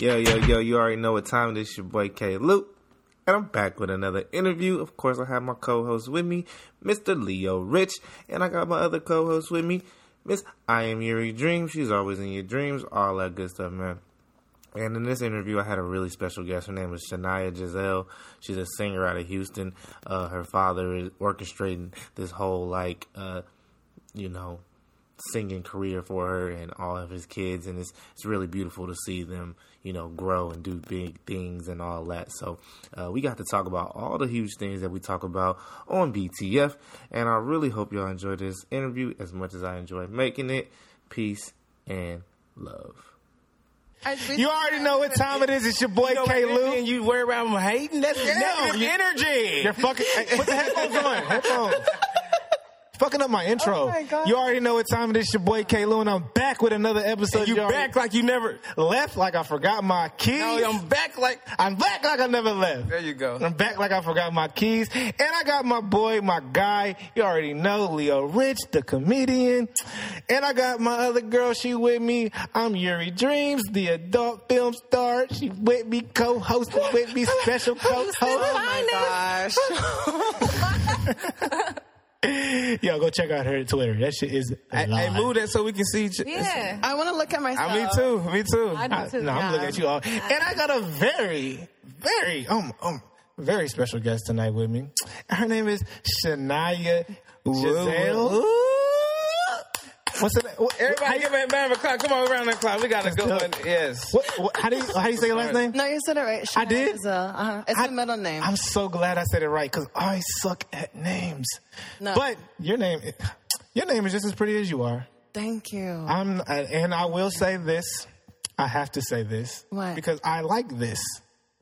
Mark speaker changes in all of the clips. Speaker 1: Yo, yo, yo, you already know what time it is. Your boy K. Luke, and I'm back with another interview. Of course, I have my co host with me, Mr. Leo Rich, and I got my other co host with me, Miss I Am Yuri Dream. She's always in your dreams, all that good stuff, man. And in this interview, I had a really special guest. Her name is Shania Giselle. She's a singer out of Houston. Uh, her father is orchestrating this whole, like, uh, you know, singing career for her and all of his kids and it's it's really beautiful to see them you know grow and do big things and all that so uh, we got to talk about all the huge things that we talk about on btf and i really hope y'all enjoy this interview as much as i enjoy making it peace and love you already know what time it is. It's your boy K. Lou.
Speaker 2: And you worry about him hating? That's
Speaker 1: No,
Speaker 2: negative
Speaker 1: you-
Speaker 2: energy.
Speaker 1: You're fucking. Hey, put the headphones on. Headphones. Fucking up my intro.
Speaker 3: Oh my God.
Speaker 1: You already know what time it is. Your boy K. Lou, and I'm back with another episode.
Speaker 2: You
Speaker 1: already
Speaker 2: back like you never.
Speaker 1: left like I forgot my keys.
Speaker 2: No, I'm back like.
Speaker 1: I'm back like I never left.
Speaker 2: There you go.
Speaker 1: I'm back like I forgot my keys. And I got my boy, my guy, you already know, Leo Rich, the comedian. And I got my other girl, she with me. I'm Yuri Dreams, the adult film star. She with me, co-host with me, special
Speaker 3: Oh
Speaker 1: co-host.
Speaker 2: Oh
Speaker 3: Finest.
Speaker 1: Yo, go check out her Twitter. That shit is
Speaker 2: Hey, hey, move that so we can see. Each-
Speaker 3: Yeah. I want to look at myself.
Speaker 2: I, me too. Me too.
Speaker 3: I
Speaker 1: I,
Speaker 3: do too.
Speaker 1: no, I'm looking at you all. And I got a very, very, um, um, very special guest tonight with me. Her name is Shania Giselle. What's her name? What- How
Speaker 2: Everybody,
Speaker 1: you-
Speaker 2: give it man of o'clock. Come on, round the clock. We got to go. one. Yes.
Speaker 1: What, what, how do you how do you say your last name?
Speaker 3: No, you said it right.
Speaker 1: I did?
Speaker 3: Shania Giselle. Uh-huh. It's
Speaker 1: I-
Speaker 3: a middle name.
Speaker 1: I'm so glad I said it right because I suck at names.
Speaker 3: No.
Speaker 1: But your name, your name is just as pretty as you are.
Speaker 3: Thank you.
Speaker 1: I'm, uh, and I will say this. I have to say this
Speaker 3: What?
Speaker 1: because I like this.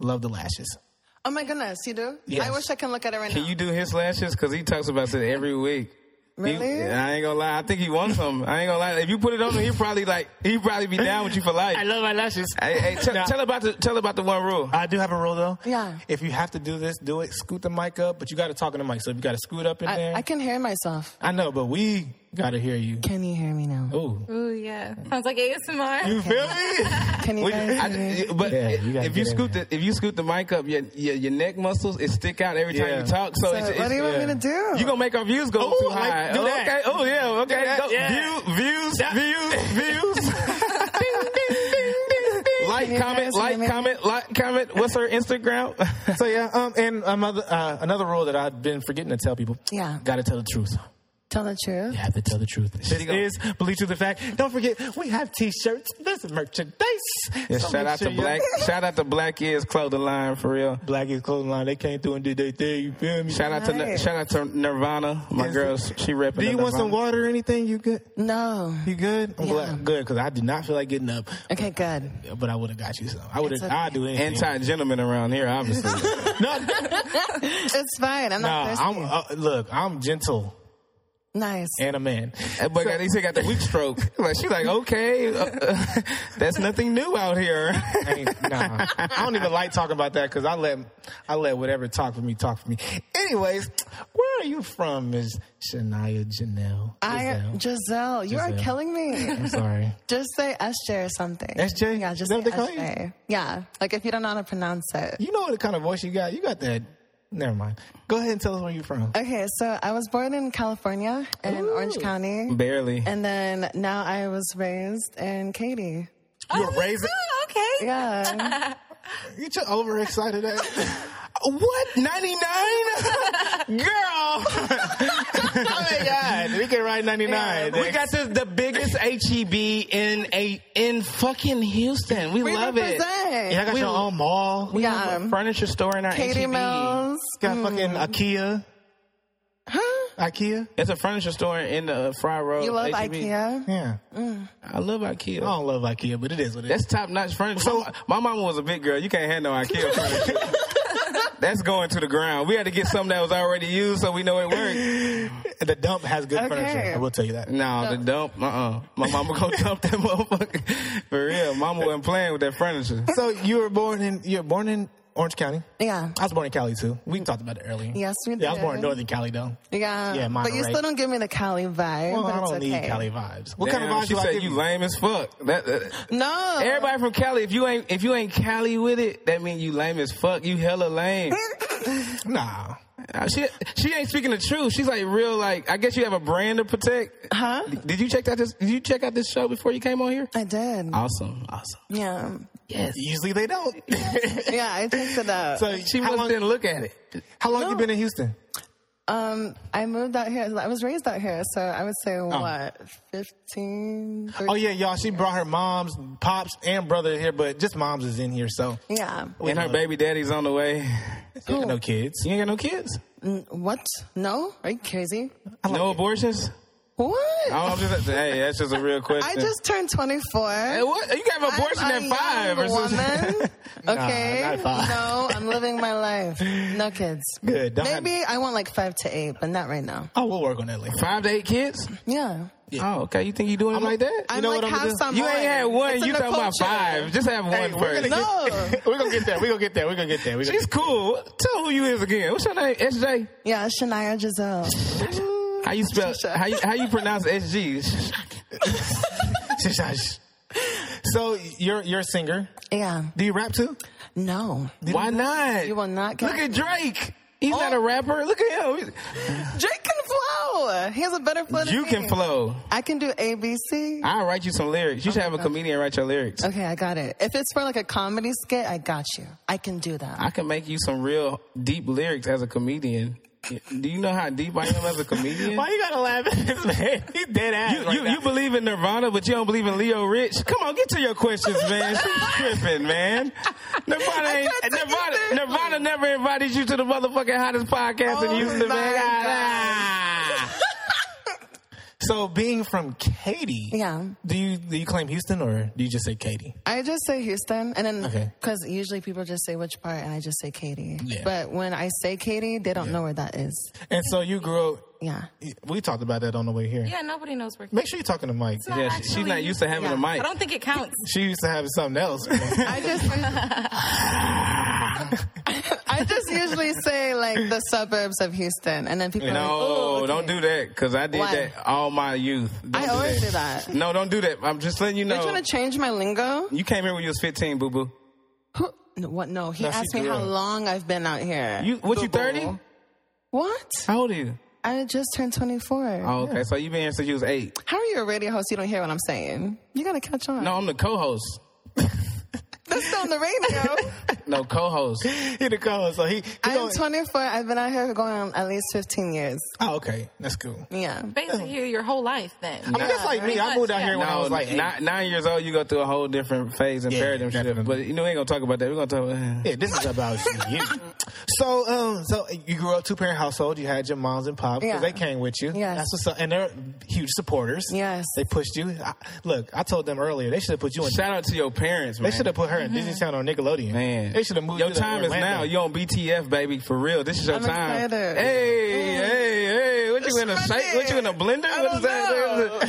Speaker 1: Love the lashes.
Speaker 3: oh my goodness, you do?
Speaker 1: Yes.
Speaker 3: I wish I can look at it right
Speaker 2: Can
Speaker 3: now.
Speaker 2: you do his lashes? Because he talks about it every week. He-
Speaker 3: really?
Speaker 2: I ain't gonna lie. I think he wants them. I ain't gonna lie. If you put it on him, he probably like he probably be down with you for life.
Speaker 1: love my lashes.
Speaker 2: Hey, hey, tell,
Speaker 1: Nah.
Speaker 2: tell about the tell about the one rule.
Speaker 1: I do have a rule though.
Speaker 3: Yeah.
Speaker 1: If you have to do this, do it. Scoot the mic up, but you got to talk in the mic. So if you got to scoot up in
Speaker 3: I,
Speaker 1: there,
Speaker 3: I can hear myself.
Speaker 1: I know, but we got to hear you.
Speaker 3: Can you hear me now?
Speaker 1: Ooh.
Speaker 4: Ooh, yeah. Sounds like ASMR.
Speaker 1: You feel me?
Speaker 3: Can you
Speaker 2: We-
Speaker 3: guys
Speaker 2: I-
Speaker 3: hear me?
Speaker 2: yeah, but
Speaker 1: Yeah, you gotta
Speaker 2: if you
Speaker 1: get in
Speaker 2: scoop
Speaker 1: there.
Speaker 2: the if you scoop the mic up, your your, your neck muscles it stick out every time
Speaker 1: Yeah.
Speaker 2: you talk. So,
Speaker 3: So
Speaker 2: it's,
Speaker 3: what do you want me to do?
Speaker 2: You gonna make our views go
Speaker 1: Ooh,
Speaker 2: too
Speaker 1: like,
Speaker 2: high?
Speaker 1: do
Speaker 2: Oh,
Speaker 1: that.
Speaker 2: Okay. Oh yeah. Okay.
Speaker 1: that,
Speaker 2: Go.
Speaker 1: yeah.
Speaker 2: View, views. Views. Views.
Speaker 3: Can
Speaker 2: like,
Speaker 3: you
Speaker 2: comment,
Speaker 3: guys hear
Speaker 2: like,
Speaker 3: me?
Speaker 2: comment, like, comment. What's her Instagram?
Speaker 1: so yeah. Um. And another uh, another rule that I've been forgetting to tell people.
Speaker 3: Yeah.
Speaker 1: Got to tell the truth.
Speaker 3: Tell the truth.
Speaker 1: You have to tell the truth. This
Speaker 2: go.
Speaker 1: is believe to the fact. Don't forget, we have T-shirts. This is merchandise.
Speaker 2: Yeah,
Speaker 1: So
Speaker 2: shout
Speaker 1: make
Speaker 2: out
Speaker 1: sure
Speaker 2: to
Speaker 1: you-
Speaker 2: Black. Shout out to Black Ears Clothing Line for real.
Speaker 1: Black is clothing line. They came through and did their thing. You feel me?
Speaker 2: Shout out to
Speaker 3: Right.
Speaker 2: shout out to Nirvana, my
Speaker 1: Yes.
Speaker 2: girl. She repping.
Speaker 1: do you want some
Speaker 2: Nirvana.
Speaker 1: water or anything? You good?
Speaker 3: No.
Speaker 1: You good? I'm
Speaker 3: Yeah.
Speaker 1: glad. Good, because I did not feel like getting up.
Speaker 3: Okay, good.
Speaker 1: but I would have got you some. I would have.
Speaker 3: It's okay.
Speaker 1: I'd do anything.
Speaker 2: Anti gentleman around here, obviously.
Speaker 1: no,
Speaker 3: It's fine. I'm
Speaker 1: no.
Speaker 3: not thirsty.
Speaker 1: I'm uh, look. I'm gentle
Speaker 3: nice.
Speaker 1: and a man.
Speaker 2: That boy got, he said got the weak stroke. Like she's like, okay, uh, uh, that's nothing new out here.
Speaker 1: I ain't- nah, I don't even like talking about that because I let I let whatever talk for me talk for me. Anyways, where are you from, Miss Shania Janelle?
Speaker 3: I,
Speaker 1: Giselle?
Speaker 3: Giselle, you are
Speaker 1: Giselle.
Speaker 3: killing me.
Speaker 1: I'm sorry.
Speaker 3: Just say SJ or something.
Speaker 1: SJ?
Speaker 3: Yeah, just
Speaker 1: Is that
Speaker 3: say
Speaker 1: what they call you?
Speaker 3: SJ. Yeah, like if you don't know how to pronounce it.
Speaker 1: You know what kind of voice you got? You got that. Never mind. Go ahead and tell us where you're from.
Speaker 3: Okay, so I was born in California in Orange County.
Speaker 2: Barely.
Speaker 3: And then now I was raised in Katy.
Speaker 1: You were raised.
Speaker 4: Ooh, Oh, okay.
Speaker 3: Yeah.
Speaker 1: You too overexcited. At-
Speaker 2: What? 99? Girl,
Speaker 1: oh my god, we can ride 99.
Speaker 2: we got this, the biggest HEB in a in fucking Houston. We,
Speaker 3: we
Speaker 2: love it.
Speaker 3: represent.
Speaker 1: Yeah, I got
Speaker 2: We-
Speaker 1: your own mall.
Speaker 2: We Mm.
Speaker 3: Yeah.
Speaker 2: have a furniture store in our E
Speaker 1: E
Speaker 3: Katy
Speaker 2: HEB.
Speaker 3: Mills.
Speaker 1: Got fucking IKEA. Huh? IKEA?
Speaker 2: It's a furniture store in the Fry Road.
Speaker 3: Mm, You
Speaker 1: E
Speaker 3: love
Speaker 2: HEB.
Speaker 3: IKEA? Oh.
Speaker 1: Yeah.
Speaker 2: I love IKEA.
Speaker 1: I don't love IKEA, but it is what it is.
Speaker 2: Mm. That's top notch furniture. So my mama was a big girl. You can't handle IKEA furniture. That's going to the ground. We had to get something that was already used so we know it worked.
Speaker 1: The dump has good
Speaker 3: Okay.
Speaker 1: furniture. I will tell you that.
Speaker 2: No, the dump. Uh uh My mama gonna dump that motherfucker for real. Mama wasn't playing with that furniture.
Speaker 1: So you were born in you were born in Orange County.
Speaker 3: Yeah.
Speaker 1: I was born in Cali too. We talked about it earlier.
Speaker 3: Yes, we
Speaker 1: Yeah, I was born in
Speaker 3: did.
Speaker 1: Northern Cali though.
Speaker 3: Yeah.
Speaker 1: Yeah,
Speaker 3: But you
Speaker 1: Monterey.
Speaker 3: still don't give me the Cali vibe.
Speaker 1: Well,
Speaker 3: but
Speaker 1: I
Speaker 3: it's
Speaker 1: don't
Speaker 3: okay.
Speaker 1: need Cali vibes. What
Speaker 2: Damn,
Speaker 1: kind of vibes
Speaker 2: she
Speaker 1: do I
Speaker 2: said
Speaker 1: give
Speaker 2: you
Speaker 1: you?
Speaker 2: lame as fuck. That- that-
Speaker 3: No.
Speaker 2: everybody from Cali, if you ain't if you ain't Cali with it, that means you lame as fuck. You hella lame.
Speaker 1: Nah.
Speaker 2: Uh, She she ain't speaking the truth. She's like real. Like I guess you have a brand to protect.
Speaker 3: Huh?
Speaker 2: D- Did you check out this? Did you check out this show before you came on here?
Speaker 3: I did.
Speaker 2: Awesome, awesome.
Speaker 3: Yeah.
Speaker 2: Yes.
Speaker 1: Usually they don't.
Speaker 3: Yeah, I checked it out.
Speaker 1: so
Speaker 2: She
Speaker 1: how
Speaker 2: must
Speaker 1: long?
Speaker 2: didn't look at it.
Speaker 1: How long you been in Houston?
Speaker 3: Um, I moved out here. I was raised out here, so I would say what, 15?
Speaker 1: Oh yeah, y'all. She brought her mom's, pops, and brother here, but just moms is in here, so
Speaker 3: Yeah.
Speaker 1: we
Speaker 2: And her
Speaker 1: know-
Speaker 2: baby daddy's on the way.
Speaker 1: she ain't got no kids.
Speaker 2: You ain't got no kids?
Speaker 3: What? No? Are you crazy?
Speaker 2: no abortions? Oh,
Speaker 3: What?
Speaker 2: I'm just, hey, that's just a real question.
Speaker 3: I just turned 24.
Speaker 2: Hey, what? You got an abortion
Speaker 3: I'm a
Speaker 2: at five
Speaker 3: young
Speaker 2: or something?
Speaker 3: woman. Okay.
Speaker 1: not at five.
Speaker 3: No, I'm living my life. No kids.
Speaker 1: Good. Don't have-
Speaker 3: Maybe I want like five to eight, but not right now.
Speaker 1: oh, we'll work on that later.
Speaker 2: Five to eight kids?
Speaker 3: Yeah.
Speaker 2: Oh, okay. You think you doing it like that?
Speaker 3: I'm
Speaker 1: know
Speaker 3: like
Speaker 1: what I'm
Speaker 3: half
Speaker 1: gonna do?
Speaker 3: Samoan.
Speaker 2: you ain't had one.
Speaker 3: It's in
Speaker 2: you
Speaker 3: the
Speaker 2: talking about
Speaker 3: culture.
Speaker 2: five. Just have
Speaker 1: Hey,
Speaker 2: one
Speaker 1: we're
Speaker 2: first.
Speaker 1: gonna
Speaker 3: No.
Speaker 1: We're gonna get there. We're gonna get there. We're gonna get there. We're gonna
Speaker 2: She's cool. Tell who you is again. What's your name? SJ?
Speaker 3: Yeah, Shania Giselle.
Speaker 2: How you spell? How you, how you pronounce SG?
Speaker 1: Shush, shush. So you're you're a singer.
Speaker 3: Yeah.
Speaker 1: Do you rap too?
Speaker 3: No.
Speaker 2: Why not?
Speaker 3: You will not get Oh.
Speaker 2: Look at Drake. He's not a rapper. Look at him.
Speaker 3: Drake can flow. He has a better flow. than
Speaker 2: You
Speaker 3: me.
Speaker 2: can flow.
Speaker 3: I can do ABC.
Speaker 2: I'll write you some lyrics. You should have a comedian write your lyrics.
Speaker 3: Okay, I got it. If it's for like a comedy skit, I got you. I can do that.
Speaker 2: I can make you some real deep lyrics as a comedian. Do you know how deep I am as a comedian?
Speaker 1: Why you gotta laugh at this man? He's dead ass.
Speaker 2: You,
Speaker 1: right
Speaker 2: you,
Speaker 1: now.
Speaker 2: you believe in Nirvana, but you don't believe in Leo Rich. Come on, get to your questions, man. She's tripping, man. Nirvana, ain't, Nirvana, Nirvana never invited you to the motherfucking hottest podcast in
Speaker 3: Oh
Speaker 2: Houston,
Speaker 3: my
Speaker 2: man.
Speaker 3: God.
Speaker 2: Ah.
Speaker 1: so being from Katy,
Speaker 3: Yeah.
Speaker 1: Do you do you claim Houston or do you just say Katy?
Speaker 3: I just say Houston, and then
Speaker 1: Okay.
Speaker 3: because usually people just say which part, and I just say Katie.
Speaker 1: Yeah.
Speaker 3: But when I say Katie, they don't know where that is.
Speaker 1: And so you grew up.
Speaker 3: Yeah.
Speaker 1: We talked about that on the way here.
Speaker 4: Yeah, nobody knows where.
Speaker 1: Make sure you're talking to Mike.
Speaker 4: not
Speaker 2: Yeah, she- she's not used to having a
Speaker 3: Yeah.
Speaker 4: I
Speaker 2: mic.
Speaker 4: don't think it counts.
Speaker 1: She used to have something else.
Speaker 3: I just I just usually say like the suburbs of Houston, and then people are like,
Speaker 2: No,
Speaker 3: "Oh, okay."
Speaker 2: don't do that because I did
Speaker 3: Why?
Speaker 2: that all my youth. Don't
Speaker 3: I always do that.
Speaker 2: No, don't do that. I'm just letting you
Speaker 3: They're
Speaker 2: know.
Speaker 3: trying to change my lingo.
Speaker 2: You came here when you was 15, boo boo.
Speaker 3: Who- no, What? No, he
Speaker 1: No, she
Speaker 3: asked me
Speaker 1: grew
Speaker 3: how
Speaker 1: up.
Speaker 3: long I've been out here.
Speaker 2: You what? You 30?
Speaker 3: what?
Speaker 2: How old are you?
Speaker 3: I just turned 24.
Speaker 2: Oh, okay. So you been here since you was eight.
Speaker 3: How are you a radio host? You don't hear what I'm saying. You gotta catch on.
Speaker 2: No, I'm the co-host.
Speaker 3: that's still on the radio.
Speaker 2: No, co-host.
Speaker 1: he the color, so he. he
Speaker 3: I'm
Speaker 1: don't-
Speaker 3: 24. I've been out here for going on at least 15 years.
Speaker 1: oh, okay, that's cool.
Speaker 3: Yeah.
Speaker 4: Basically, your whole life then.
Speaker 1: I mean, that's like me. I moved out here when I
Speaker 2: No,
Speaker 1: was like eight.
Speaker 2: nine, nine years old, you go through a whole different phase and
Speaker 1: Yeah,
Speaker 2: paradigm shift.
Speaker 1: definitely.
Speaker 2: But you know, we ain't gonna talk about that. We're gonna talk about
Speaker 1: Yeah, this is about you. So, um, so you grew up two parent household. You had your moms and pops because
Speaker 3: Yeah.
Speaker 1: they came with you.
Speaker 3: Yes.
Speaker 1: that's what's up. And they're huge supporters.
Speaker 3: Yes.
Speaker 1: they pushed you. I, look, I told them earlier they should have put you in.
Speaker 2: Shout out to your parents,
Speaker 1: They
Speaker 2: man.
Speaker 1: should have put her
Speaker 3: Mm-hmm.
Speaker 1: in Disney Channel or Nickelodeon.
Speaker 2: Man,
Speaker 1: they should have moved.
Speaker 2: Your
Speaker 1: you to
Speaker 2: time is
Speaker 1: Orlando.
Speaker 2: now. You on BTF, baby, for real. This is your
Speaker 3: I'm
Speaker 2: time.
Speaker 3: excited.
Speaker 2: Hey, hey, hey! What you in a
Speaker 3: Sunday.
Speaker 2: shake? What you in a blender?
Speaker 3: I
Speaker 2: What is
Speaker 3: don't
Speaker 2: that? What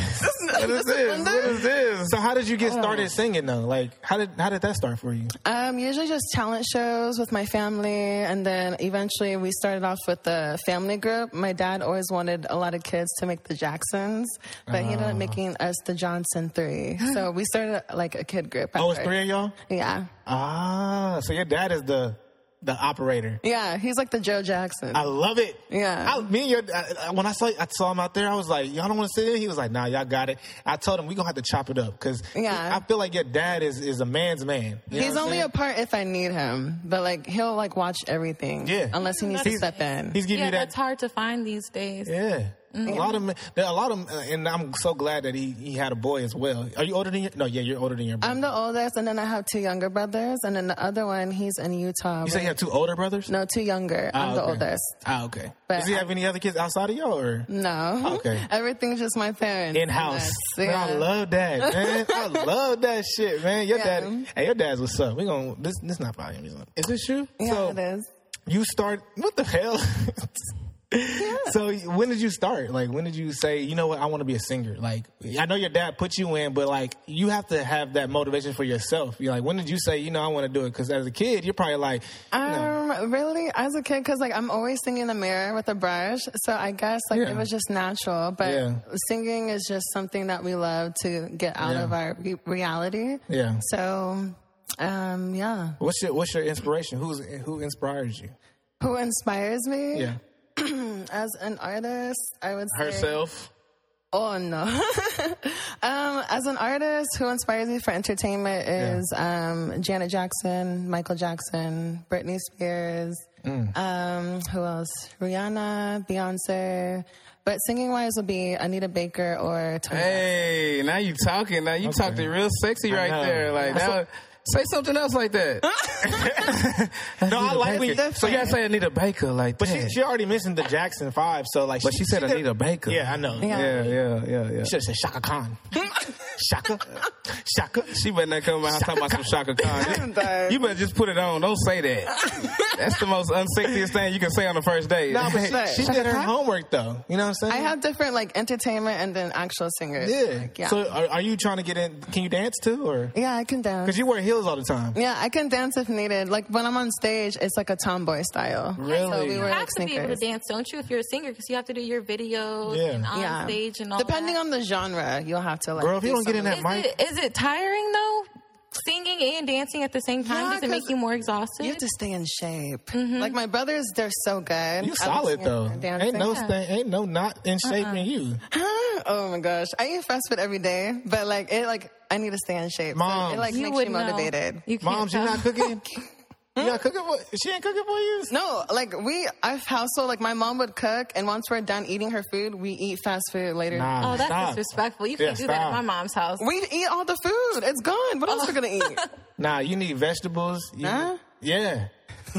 Speaker 2: is this? What is this?
Speaker 1: So how did you
Speaker 3: Oh.
Speaker 1: get started singing though? Like how did how did that start for you?
Speaker 3: Um, usually just talent shows with my family, and then eventually we started off with the family group. My dad always wanted a lot of kids to make the Jacksons, but he
Speaker 1: Ah.
Speaker 3: ended up making us the Johnson Three. So we started like a kid group.
Speaker 1: Oh, it's
Speaker 3: after.
Speaker 1: three of y'all.
Speaker 3: Yeah,
Speaker 1: Ah, so your dad is the the operator.
Speaker 3: yeah. He's like the Joe Jackson.
Speaker 1: I love it.
Speaker 3: Yeah.
Speaker 1: I, me and your I, I- when I saw I saw him out there, I was like, y'all don't want to sit in. He was like, nah, y'all got it. I told him we gonna have to chop it up because
Speaker 3: Yeah.
Speaker 1: I feel like your dad is is a man's man. You know
Speaker 3: He's
Speaker 1: what I'm
Speaker 3: only
Speaker 1: saying?
Speaker 3: a part if I need him, but like he'll like watch everything.
Speaker 1: Yeah.
Speaker 3: unless he needs to
Speaker 4: He's-
Speaker 3: step in.
Speaker 1: He's giving
Speaker 4: Yeah,
Speaker 1: you that.
Speaker 4: that's Mm-hmm. hard to find these days.
Speaker 1: yeah. A lot of men- there are a lot of uh, and I'm so glad that he he had a boy as well. Are you older than your? No, yeah, you're older than your. Brother.
Speaker 3: I'm the oldest, and then I have two younger brothers, and then the other one he's in Utah.
Speaker 1: you say you have two older brothers?
Speaker 3: no, two younger. I'm the
Speaker 1: okay.
Speaker 3: oldest.
Speaker 1: Ah, okay.
Speaker 3: But
Speaker 1: Does he
Speaker 3: I-
Speaker 1: have any other kids outside of y'all or
Speaker 3: No.
Speaker 1: Okay.
Speaker 3: Everything's just my parents.
Speaker 1: in house?
Speaker 3: And that's-
Speaker 1: I
Speaker 3: yeah.
Speaker 1: love that, man. I love that shit, man. Your
Speaker 3: Yeah.
Speaker 1: dad, hey, your dad's what's up? We gonna this this not probably. Is this you?
Speaker 3: Yeah,
Speaker 1: so
Speaker 3: it is.
Speaker 1: you start what the hell? So when did you start? Like when did you say, you know what, I want to be a singer? Like I know your dad put you in, but like you have to have that motivation for yourself. You're like, when did you say, you know, I want to do it? Because as a kid, you're probably like,
Speaker 3: Um, really, as a kid, because like I'm always singing in the mirror with a brush, so I guess like
Speaker 1: Yeah.
Speaker 3: it was just natural. But
Speaker 1: Yeah.
Speaker 3: singing is just something that we love to get out
Speaker 1: Yeah.
Speaker 3: of our re- reality.
Speaker 1: Yeah.
Speaker 3: So, um, yeah.
Speaker 1: what's your what's your inspiration? Who's who inspires you?
Speaker 3: Who inspires me
Speaker 1: Yeah,
Speaker 3: as an artist? I would say
Speaker 1: herself.
Speaker 3: Oh no. um, as an artist, who inspires me for entertainment is um, Janet Jackson, Michael Jackson, Britney Spears.
Speaker 1: Mm.
Speaker 3: Um, who else? Rihanna, Beyonce. But singing wise would be Anita Baker or Tony.
Speaker 2: Hey, now you talking. Now you talked it real sexy right
Speaker 1: know.
Speaker 2: there. Like now, say something else like that.
Speaker 1: No, I like when you,
Speaker 3: Baker.
Speaker 2: so you gotta say Anita Baker like
Speaker 1: but she,
Speaker 2: that.
Speaker 1: she already mentioned the Jackson Five, so like,
Speaker 2: but she said
Speaker 1: did-
Speaker 2: Anita Baker.
Speaker 1: Yeah, I know.
Speaker 3: Yeah.
Speaker 2: yeah, yeah, yeah, yeah.
Speaker 1: Should have said Shaka Khan. Shaka, Shaka.
Speaker 2: She better not come out talking about some Shaka Khan. You better just put it on. Don't say that. That's the most unsexiest thing you can say on the first date.
Speaker 1: No, but she, she
Speaker 3: Shaka
Speaker 1: did her
Speaker 3: Khan?
Speaker 1: homework though. You know what I'm saying?
Speaker 3: I have different like entertainment and then actual singers.
Speaker 1: Yeah.
Speaker 3: Like, yeah.
Speaker 1: So are, are you trying to get in? Can you dance too, or
Speaker 3: yeah, I can dance.
Speaker 1: because you wear heels all the time?
Speaker 3: yeah, I can dance if needed. Like when I'm on stage, it's like a tomboy style. So
Speaker 1: Really?
Speaker 3: we
Speaker 4: You
Speaker 3: wear
Speaker 4: have
Speaker 3: like
Speaker 4: to be able to
Speaker 3: sneakers.
Speaker 4: dance, don't you? If you're a singer, because you have to do your videos
Speaker 1: Yeah.
Speaker 4: and on
Speaker 3: Yeah.
Speaker 4: stage and all.
Speaker 3: Depending
Speaker 4: that.
Speaker 3: on the genre, you'll have to like.
Speaker 1: Girl, if you don't get in
Speaker 3: something.
Speaker 1: that
Speaker 4: Is
Speaker 1: mic,
Speaker 4: it is it tiring though? Singing and dancing at the same time
Speaker 3: Yeah,
Speaker 4: does it make
Speaker 3: 'cause
Speaker 4: you more exhausted?
Speaker 3: You have to stay in shape.
Speaker 4: Mm-hmm.
Speaker 3: Like my brothers, they're so good. I
Speaker 1: you
Speaker 3: love
Speaker 1: solid
Speaker 3: seeing
Speaker 1: though.
Speaker 3: them dancing.
Speaker 1: Ain't no Uh-uh. thing, ain't no not in shape in you.
Speaker 3: oh my gosh, I eat fast food every day, but like it, like I need to stay in shape. So
Speaker 1: Moms.
Speaker 3: it like
Speaker 4: you
Speaker 3: makes
Speaker 4: would
Speaker 3: you motivated.
Speaker 4: Know. You can't
Speaker 1: Moms, you
Speaker 4: tell.
Speaker 1: not cooking. you not cooking for? She ain't cooking for you.
Speaker 3: No, like we, our household, like my mom would cook, and once we're done eating her food, we eat fast food later.
Speaker 1: Nah,
Speaker 4: Oh, that's
Speaker 1: stop.
Speaker 4: disrespectful. You
Speaker 1: Yeah,
Speaker 4: can't do that at
Speaker 1: stop.
Speaker 4: my mom's house.
Speaker 3: We eat all the food. It's gone. What
Speaker 4: Oh.
Speaker 3: else are we gonna eat?
Speaker 1: Nah, you need vegetables. You,
Speaker 3: Huh?
Speaker 1: Yeah.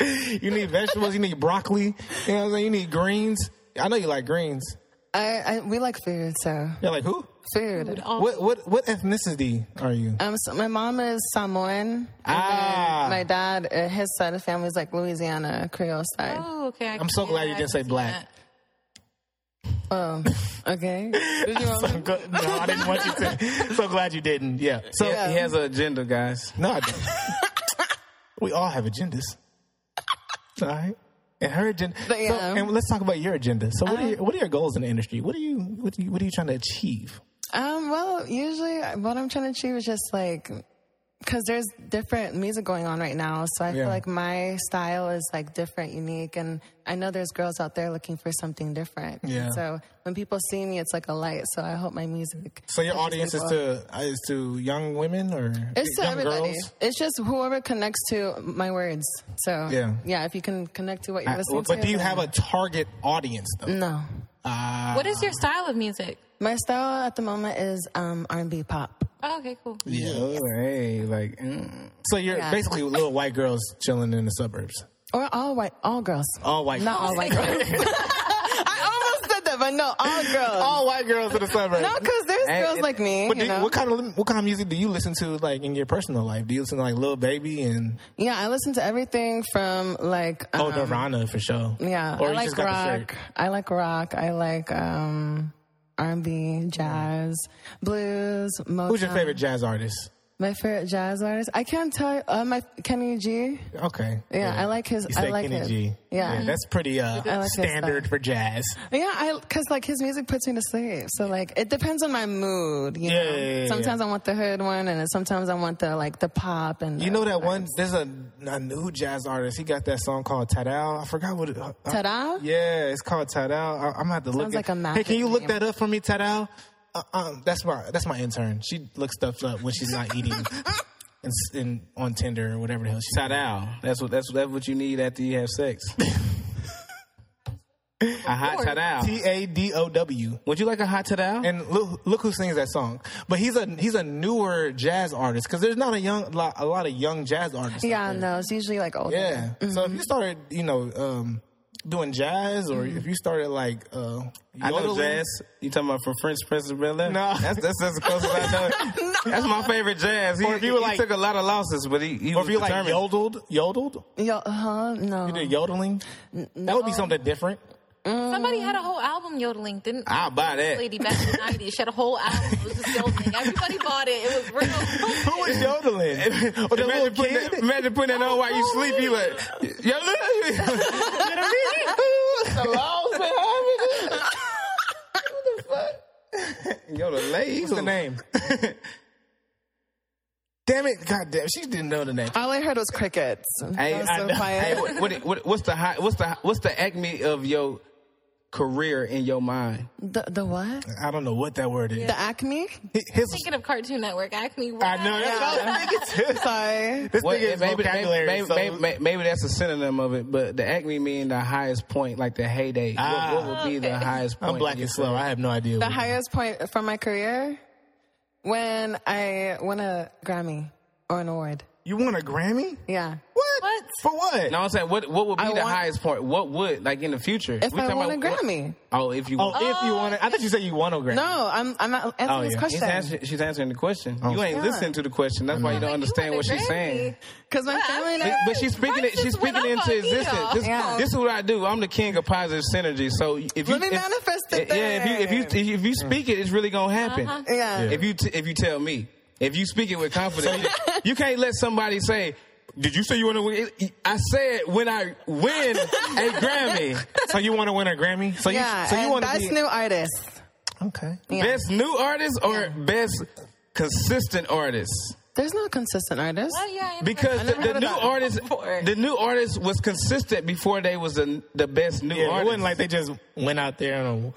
Speaker 1: you need vegetables. You need broccoli. You know what I'm saying? You need greens. I know you like greens.
Speaker 3: I, I, we like food, so
Speaker 1: You're like who?
Speaker 3: food.
Speaker 4: Oh,
Speaker 1: What what what ethnicity are you?
Speaker 3: Um, so my mom is Samoan.
Speaker 1: Ah.
Speaker 3: My dad, uh, his side of the family is like Louisiana Creole side.
Speaker 4: oh, okay. I
Speaker 1: I'm so
Speaker 4: can-
Speaker 1: glad
Speaker 4: yeah,
Speaker 1: you
Speaker 4: I
Speaker 1: didn't
Speaker 4: can
Speaker 1: say
Speaker 4: see
Speaker 1: black.
Speaker 3: Oh, okay. Did you want me-
Speaker 1: I'm gl- no, I didn't want you to. So glad you didn't. Yeah. So
Speaker 2: He- he has an agenda, guys.
Speaker 1: no, I don't. we all have agendas. All right. And her agenda.
Speaker 3: But,
Speaker 1: so-
Speaker 3: yeah. Uh-huh.
Speaker 1: and let's talk about your agenda. So, what are your, what are your goals in the industry? What are you what are you, what are you trying to achieve?
Speaker 3: Um, well, usually what I'm trying to achieve is just like, because there's different music going on right now. So I
Speaker 1: Yeah.
Speaker 3: feel like my style is like different, unique. And I know there's girls out there looking for something different.
Speaker 1: Yeah.
Speaker 3: So when people see me, it's like a light. So I hope my music.
Speaker 1: So, your
Speaker 3: touches
Speaker 1: audience is
Speaker 3: people.
Speaker 1: to uh, is to young women or
Speaker 3: It's to
Speaker 1: young
Speaker 3: everybody.
Speaker 1: girls?
Speaker 3: It's just whoever connects to my words. So
Speaker 1: Yeah.
Speaker 3: if you can connect to what you're
Speaker 1: I-
Speaker 3: listening to. Mm-hmm.
Speaker 1: but do you
Speaker 3: then-
Speaker 1: have a target audience though?
Speaker 3: No.
Speaker 1: Uh,
Speaker 4: What is your style of music?
Speaker 3: My style at the moment is um, R&B pop.
Speaker 4: Oh, okay, cool.
Speaker 1: yeah.
Speaker 2: Hey, like, mm.
Speaker 1: So you're basically little white girls chilling in the suburbs.
Speaker 3: Or all white, all girls.
Speaker 1: All white.
Speaker 3: Not
Speaker 4: Oh,
Speaker 3: all
Speaker 1: girls.
Speaker 3: white girls. I almost said that, but no, all girls.
Speaker 1: All white girls in the suburbs.
Speaker 3: no, because there's
Speaker 2: And-
Speaker 3: girls like me.
Speaker 1: But
Speaker 3: you
Speaker 1: do you-
Speaker 3: know?
Speaker 1: what kind of what kind of music do you listen to like in your personal life? Do you listen to like Lil Baby and
Speaker 3: yeah, I listen to everything from like. Um,
Speaker 1: Oh Nirvana for sure?
Speaker 3: Yeah,
Speaker 1: or
Speaker 3: I
Speaker 1: you
Speaker 3: like
Speaker 1: just got the
Speaker 3: rock.
Speaker 1: shirt.
Speaker 3: I like rock. I like um, R&B, jazz, blues, Motown.
Speaker 1: Who's your favorite jazz artist?
Speaker 3: My favorite jazz artist. I can't tell. you- Uh, my Kenny G.
Speaker 1: Okay,
Speaker 3: Yeah, I like his.
Speaker 1: You
Speaker 3: I
Speaker 1: say
Speaker 3: like
Speaker 1: Kenny
Speaker 3: his.
Speaker 1: G.
Speaker 3: Yeah. yeah.
Speaker 1: that's pretty uh,
Speaker 3: like his
Speaker 1: standard
Speaker 3: style.
Speaker 1: for jazz.
Speaker 3: I because like his music puts me to sleep. So like it depends on my mood. You
Speaker 1: Yeah,
Speaker 3: know?
Speaker 1: yeah, yeah, yeah.
Speaker 3: sometimes I want the hood one, and sometimes I want the like the pop and
Speaker 1: You
Speaker 3: the-
Speaker 1: know that one? There's a, a new jazz artist. He got that song called Tadal. I forgot what. it uh,
Speaker 3: Ta-da?
Speaker 1: Yeah, it's called Tadal. I, I'm gonna have to look.
Speaker 3: Sounds
Speaker 1: it-
Speaker 3: like a
Speaker 1: Hey,
Speaker 3: magic
Speaker 1: can you look
Speaker 3: name.
Speaker 1: that up for me, Tadal? Uh, um, that's my that's my intern. She looks stuff up when she's not eating, and, s- and on Tinder or whatever the hell. She's
Speaker 2: Shout out. That's what that's that's what you need after you have sex. a hot shout out.
Speaker 1: T A D O W.
Speaker 2: Would you like a hot shout out?
Speaker 1: And look, look who sings that song. But he's a he's a newer jazz artist because there's not a young lot, a lot of young jazz artists. out
Speaker 3: Yeah,
Speaker 1: there.
Speaker 3: no, it's usually like older.
Speaker 1: Yeah. So if you started, you know, um, doing jazz or
Speaker 3: Mm-hmm.
Speaker 1: if you started like uh,
Speaker 2: I know
Speaker 1: yodeling-
Speaker 2: jazz. You talking about from French Prince of Bel Air?
Speaker 1: No.
Speaker 2: that's that's that's the closest I know. That's my favorite jazz. He,
Speaker 1: Or if you were
Speaker 2: he
Speaker 1: like-
Speaker 2: took a lot of losses, but he, he
Speaker 1: Or
Speaker 2: was
Speaker 1: if you like
Speaker 2: determined.
Speaker 1: yodeled, yodeled,
Speaker 3: Yo, huh? No.
Speaker 1: you did yodeling. That would be something different.
Speaker 4: Somebody had a whole album yodeling, didn't?
Speaker 2: I'll buy that.
Speaker 4: Lady back in the nineties, she had a whole album. It was just yodeling. Everybody bought it. It was real.
Speaker 1: Who is yodeling? or the little
Speaker 2: Imagine putting,
Speaker 1: kid?
Speaker 2: that, imagine putting that on while you sleep. You like, yo, look. the laws behind it. Yo, the lady.
Speaker 1: What's the name? damn it! God damn, she didn't know the name.
Speaker 3: All I heard was crickets.
Speaker 2: Hey,
Speaker 3: I was
Speaker 2: I
Speaker 3: so
Speaker 2: know.
Speaker 3: quiet.
Speaker 2: Hey, what, what, what, what's the high, what's the what's the acme of your career in your mind?
Speaker 3: the, the what?
Speaker 1: I don't know what that word is.
Speaker 3: The acme?
Speaker 1: His,
Speaker 4: Thinking of Cartoon Network, Acme.
Speaker 1: I know that's what I was thinking too.
Speaker 3: Sorry.
Speaker 1: This
Speaker 2: What-
Speaker 1: thing is
Speaker 2: maybe,
Speaker 1: vocabulary.
Speaker 2: maybe,
Speaker 1: so-
Speaker 2: maybe, maybe, maybe that's a synonym of it, but the acme mean the highest point, like the heyday. What-
Speaker 1: Ah.
Speaker 2: what, would be the
Speaker 4: Okay.
Speaker 2: highest point?
Speaker 1: I'm black
Speaker 2: in your
Speaker 1: and slow. I have no idea.
Speaker 3: The
Speaker 1: what-
Speaker 3: highest point from my career when I won a Grammy or an award.
Speaker 1: You want a Grammy?
Speaker 3: Yeah.
Speaker 1: What?
Speaker 4: What?
Speaker 1: For what?
Speaker 2: No, I'm saying what what would be
Speaker 3: I
Speaker 2: the
Speaker 3: want-
Speaker 2: highest point? What would like in the future?
Speaker 3: If
Speaker 2: We
Speaker 3: I
Speaker 2: talking
Speaker 3: won a
Speaker 2: about what-
Speaker 3: Grammy.
Speaker 2: oh, if you
Speaker 1: Oh,
Speaker 2: want.
Speaker 1: if you want it, I thought you said you want a Grammy.
Speaker 3: No, I'm I'm not answering
Speaker 1: Oh,
Speaker 3: this
Speaker 1: yeah.
Speaker 2: She's,
Speaker 3: question.
Speaker 2: answer, she's answering the question.
Speaker 1: Oh.
Speaker 2: you ain't
Speaker 3: Yeah.
Speaker 2: listening to the question. That's why you don't
Speaker 4: Like, you
Speaker 2: understand what
Speaker 4: want a
Speaker 2: she's
Speaker 4: Grammy.
Speaker 2: saying.
Speaker 3: Because my family
Speaker 2: But, but she's speaking it.
Speaker 4: Price
Speaker 2: She's
Speaker 4: is
Speaker 2: speaking
Speaker 4: what
Speaker 2: it
Speaker 4: I
Speaker 2: into
Speaker 4: fuck you.
Speaker 2: existence. This,
Speaker 3: Yeah.
Speaker 2: this is what I do. I'm the king of positive synergy. So if you
Speaker 3: Let me
Speaker 2: if,
Speaker 3: manifest Uh-huh. it
Speaker 2: yeah, if you if
Speaker 3: then.
Speaker 2: you if you speak it, it's really gonna happen.
Speaker 3: Yeah.
Speaker 2: If you t- if you tell me, if you speak it with confidence, you can't let somebody say. Did you say you want to win? I said when I win a Grammy,
Speaker 1: So you want to win a Grammy? So
Speaker 3: yeah.
Speaker 1: you, so you
Speaker 3: and
Speaker 1: want to
Speaker 3: best
Speaker 1: be
Speaker 3: new artist.
Speaker 1: okay?
Speaker 3: Yeah.
Speaker 2: best new artist or best consistent artist?
Speaker 3: There's no consistent artist.
Speaker 4: Oh, yeah, I never-
Speaker 2: Because the,
Speaker 3: never heard
Speaker 2: the
Speaker 3: of
Speaker 2: new
Speaker 3: that
Speaker 2: artist,
Speaker 4: before.
Speaker 2: the new artist was consistent before they was the, the best new
Speaker 1: Yeah, it
Speaker 2: artist.
Speaker 1: wasn't like they just went out there and.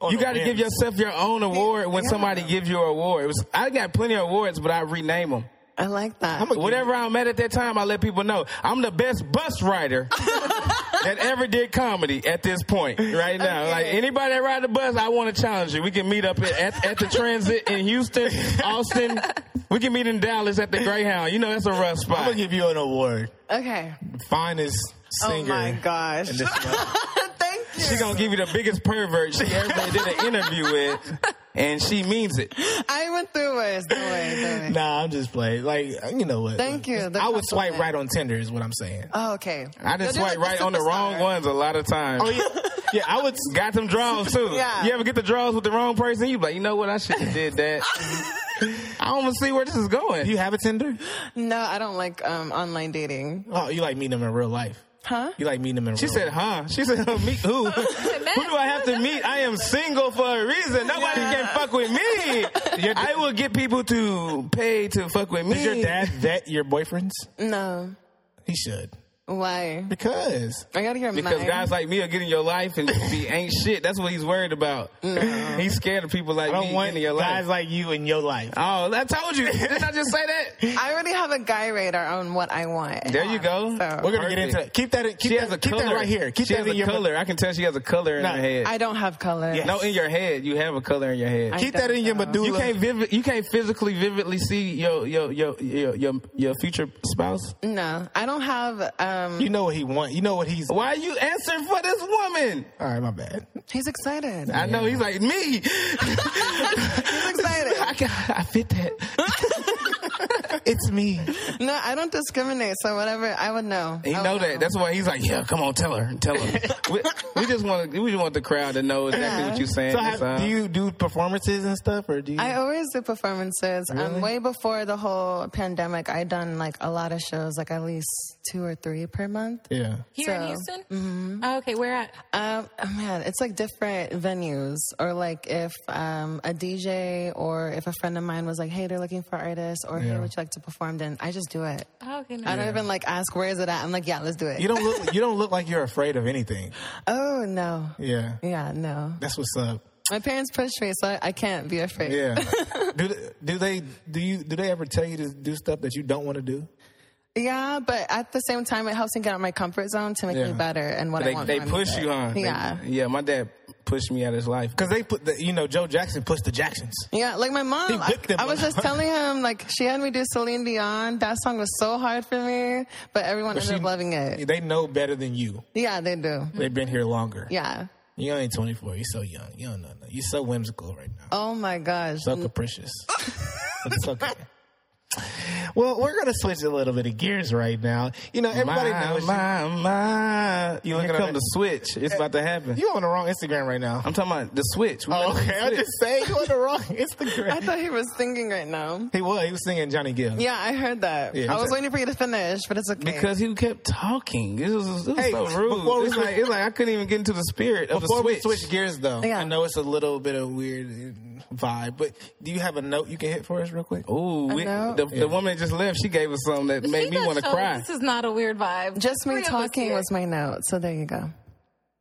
Speaker 1: on
Speaker 2: you
Speaker 1: a
Speaker 2: got to
Speaker 1: whim.
Speaker 2: give yourself your own award when somebody gives you an award. It was, I got plenty of awards, but I rename them.
Speaker 3: I like that.
Speaker 1: I'm a-
Speaker 2: Whatever I'm at at that time, I let people know I'm the best bus rider that ever did comedy at this point right now. Like anybody that ride the bus, I want to challenge you. We can meet up at, at, at the transit in Houston, Austin. We can meet in Dallas at the Greyhound. You know that's a rough
Speaker 1: I'm
Speaker 2: spot.
Speaker 1: gonna give you an award,
Speaker 3: okay.
Speaker 1: finest singer.
Speaker 3: Oh my gosh.
Speaker 1: in this month.
Speaker 3: Thank you.
Speaker 2: She's gonna give you the biggest pervert she ever did an interview with, and she means it.
Speaker 3: I went through worse. Don't worry, don't worry.
Speaker 1: nah, I'm just playing. Like you know what?
Speaker 3: Thank you. The
Speaker 1: I would swipe
Speaker 3: compliment.
Speaker 1: right on Tinder, is what I'm saying.
Speaker 3: Oh, okay.
Speaker 2: I just
Speaker 3: You'll do
Speaker 2: swipe
Speaker 3: like
Speaker 2: right on the wrong
Speaker 3: superstar.
Speaker 2: ones a lot of times.
Speaker 1: Oh yeah, yeah. I would.
Speaker 2: Got them draws too.
Speaker 3: Yeah.
Speaker 2: You ever get the draws with the wrong person? You be like, you know what? I should have did that. I don't even see where this is
Speaker 1: Do
Speaker 2: going.
Speaker 1: you have a Tinder?
Speaker 3: No, I don't like um, online dating.
Speaker 1: Oh, you like meeting them in real life?
Speaker 3: Huh?
Speaker 1: You like meeting them in
Speaker 2: She
Speaker 1: real
Speaker 2: said,
Speaker 1: life?
Speaker 2: huh? She said, meet who? who do I have to meet? I am single for a reason. Nobody can fuck with me. I will get people to pay to fuck with me.
Speaker 1: Does your dad vet your boyfriends?
Speaker 3: No.
Speaker 1: He should.
Speaker 3: Why?
Speaker 1: Because
Speaker 3: I gotta hear
Speaker 2: Because
Speaker 3: mine.
Speaker 2: guys like me will get in your life and just be ain't shit. That's what he's worried about. He's scared of people like
Speaker 1: I don't
Speaker 2: me
Speaker 1: want
Speaker 2: getting in your
Speaker 1: guys
Speaker 2: life.
Speaker 1: like you in your life.
Speaker 2: oh, I told you. Didn't I just say that?
Speaker 3: I already have a guy radar on what I want.
Speaker 2: There you go.
Speaker 3: So-
Speaker 1: We're gonna get into that. Keep that. in- Keep
Speaker 2: she
Speaker 1: that,
Speaker 2: has a
Speaker 1: keep
Speaker 2: color
Speaker 1: that right here. Keep
Speaker 2: she
Speaker 1: that
Speaker 2: has
Speaker 1: in
Speaker 2: a
Speaker 1: your
Speaker 2: color. I can tell she has a color in
Speaker 1: No.
Speaker 2: her head.
Speaker 3: I don't have color.
Speaker 1: Yeah.
Speaker 2: no, in your head, you have a color in your head.
Speaker 3: I
Speaker 1: Keep that in your
Speaker 3: don't know.
Speaker 1: medulla.
Speaker 2: you can't vivid, you can't physically vividly see your your your your your, your future spouse.
Speaker 3: No, I don't have. Um,
Speaker 1: You know what he wants. You know what he's.
Speaker 2: Why are you answering for this woman?
Speaker 1: All right, my bad.
Speaker 3: he's excited.
Speaker 2: I know he's like me.
Speaker 3: He's excited.
Speaker 2: I, got, I fit that.
Speaker 1: It's me.
Speaker 3: no, I don't discriminate. So whatever, I would know.
Speaker 2: He
Speaker 3: I would
Speaker 2: know that. That's why he's like, yeah, come on, tell her, tell her. we, we just want we just want the crowd to know exactly
Speaker 3: Uh-huh.
Speaker 2: what you're saying.
Speaker 1: So,
Speaker 2: That's
Speaker 1: have,
Speaker 2: all.
Speaker 1: do you do performances and stuff, or do you?
Speaker 3: I always do performances. Um, way before the whole pandemic, I done like a lot of shows, like at least two or three per month.
Speaker 1: yeah.
Speaker 4: Here in
Speaker 3: So-
Speaker 4: Houston. Oh, okay, where at?
Speaker 3: Um, oh man, it's like different venues, or like if um, a DJ or if a friend of mine was like, "Hey, they're looking for artists," or "Hey, would you like to perform?" Then I just do it.
Speaker 4: Oh, okay,
Speaker 3: I don't
Speaker 4: nice.
Speaker 3: even like ask where is it at. I'm like, "Yeah, let's do it."
Speaker 1: You don't look. You don't look like you're afraid of anything.
Speaker 3: oh no.
Speaker 1: Yeah.
Speaker 3: Yeah, no.
Speaker 1: That's what's up.
Speaker 3: My parents pushed me, so I, I can't be afraid.
Speaker 1: Yeah. do they, do they do you do they ever tell you to do stuff that you don't want to do?
Speaker 3: Yeah, but at the same time, it helps me get out of my comfort zone to make
Speaker 1: Yeah.
Speaker 3: me better and what I
Speaker 2: They
Speaker 3: want.
Speaker 2: they
Speaker 3: from
Speaker 2: push
Speaker 3: music.
Speaker 2: you, huh? They-
Speaker 3: Yeah.
Speaker 2: yeah. My dad
Speaker 1: pushed me out of his life because they put the, you know Joe Jackson pushed the Jacksons.
Speaker 3: Yeah, like my
Speaker 1: He
Speaker 3: mom. I,
Speaker 1: whipped him
Speaker 3: I was
Speaker 1: on
Speaker 3: just
Speaker 1: her.
Speaker 3: telling him like she had me do Celine Dion. That song was so hard for me, but everyone ended
Speaker 1: She-
Speaker 3: up loving it.
Speaker 1: They know better than you.
Speaker 3: Yeah, they do.
Speaker 1: They've been here longer.
Speaker 3: Yeah.
Speaker 1: You ain't 24. You're so young. You don't know. nothing. You're so whimsical right now.
Speaker 3: Oh my gosh.
Speaker 1: So
Speaker 2: Mm.
Speaker 1: capricious. it's okay. Well, we're gonna switch a little bit of gears right now. You know, everybody
Speaker 2: my,
Speaker 1: knows you-
Speaker 2: my, my. You
Speaker 1: looking
Speaker 2: looking
Speaker 1: at-
Speaker 2: come the switch. It's about to happen.
Speaker 1: you. on the wrong Instagram right now.
Speaker 2: I'm talking about the switch. We
Speaker 1: Oh,
Speaker 2: looking
Speaker 1: okay,
Speaker 2: at
Speaker 1: I
Speaker 2: the
Speaker 1: just saying you on the wrong Instagram.
Speaker 3: I thought he was singing right now.
Speaker 1: he was. He was singing Johnny Gill.
Speaker 3: Yeah, I heard that.
Speaker 1: Yeah,
Speaker 3: I was
Speaker 1: okay.
Speaker 3: waiting for you to finish, but it's okay.
Speaker 2: Because he kept talking. It was, it was
Speaker 1: Hey,
Speaker 2: so rude.
Speaker 1: before we
Speaker 2: it's,
Speaker 1: switch-
Speaker 2: like, it's like I couldn't even get into the spirit of
Speaker 1: Before
Speaker 2: the
Speaker 1: we
Speaker 2: switch.
Speaker 1: switch gears, though,
Speaker 3: Yeah.
Speaker 1: I know it's a little bit of weird uh, vibe, but do you have a note you can hit for us real quick?
Speaker 2: Ooh,
Speaker 3: I
Speaker 2: we,
Speaker 3: know.
Speaker 2: the, the woman that just left, she gave us something that made me
Speaker 4: Speaking of
Speaker 2: want to
Speaker 4: shows,
Speaker 2: cry.
Speaker 4: This is not a weird vibe.
Speaker 3: just
Speaker 4: Three
Speaker 3: me
Speaker 4: of us
Speaker 3: talking
Speaker 4: here.
Speaker 3: was my note. So there you go.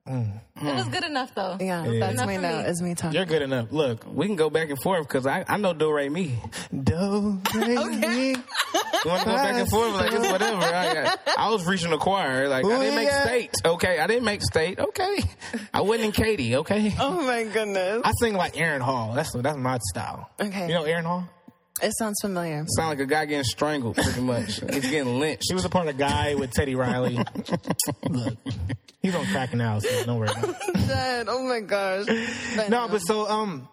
Speaker 4: It was good enough though.
Speaker 3: Yeah, that's
Speaker 4: Enough
Speaker 3: my
Speaker 4: for
Speaker 3: note.
Speaker 4: me.
Speaker 3: Is me talking.
Speaker 1: You're good enough. Look,
Speaker 2: We can go back and forth because I, I know Do Re Mi.
Speaker 1: do re mi.
Speaker 2: You want to go back and forth like it's whatever. I, I was reaching the choir. Like I didn't make
Speaker 1: Booyah.
Speaker 2: state. Okay, I didn't make state. Okay, I wasn't in Katie. Okay,
Speaker 3: Oh my goodness.
Speaker 1: I sing like Aaron Hall. That's that's my style.
Speaker 3: Okay.
Speaker 1: You know Aaron Hall?
Speaker 3: It sounds familiar.
Speaker 2: sound like a guy getting strangled pretty much. He's getting lynched.
Speaker 1: He was a part of Guy with Teddy Riley. Look, he's on crack now, so don't worry about it.
Speaker 3: Dead. Oh my gosh. But
Speaker 1: No, but so um,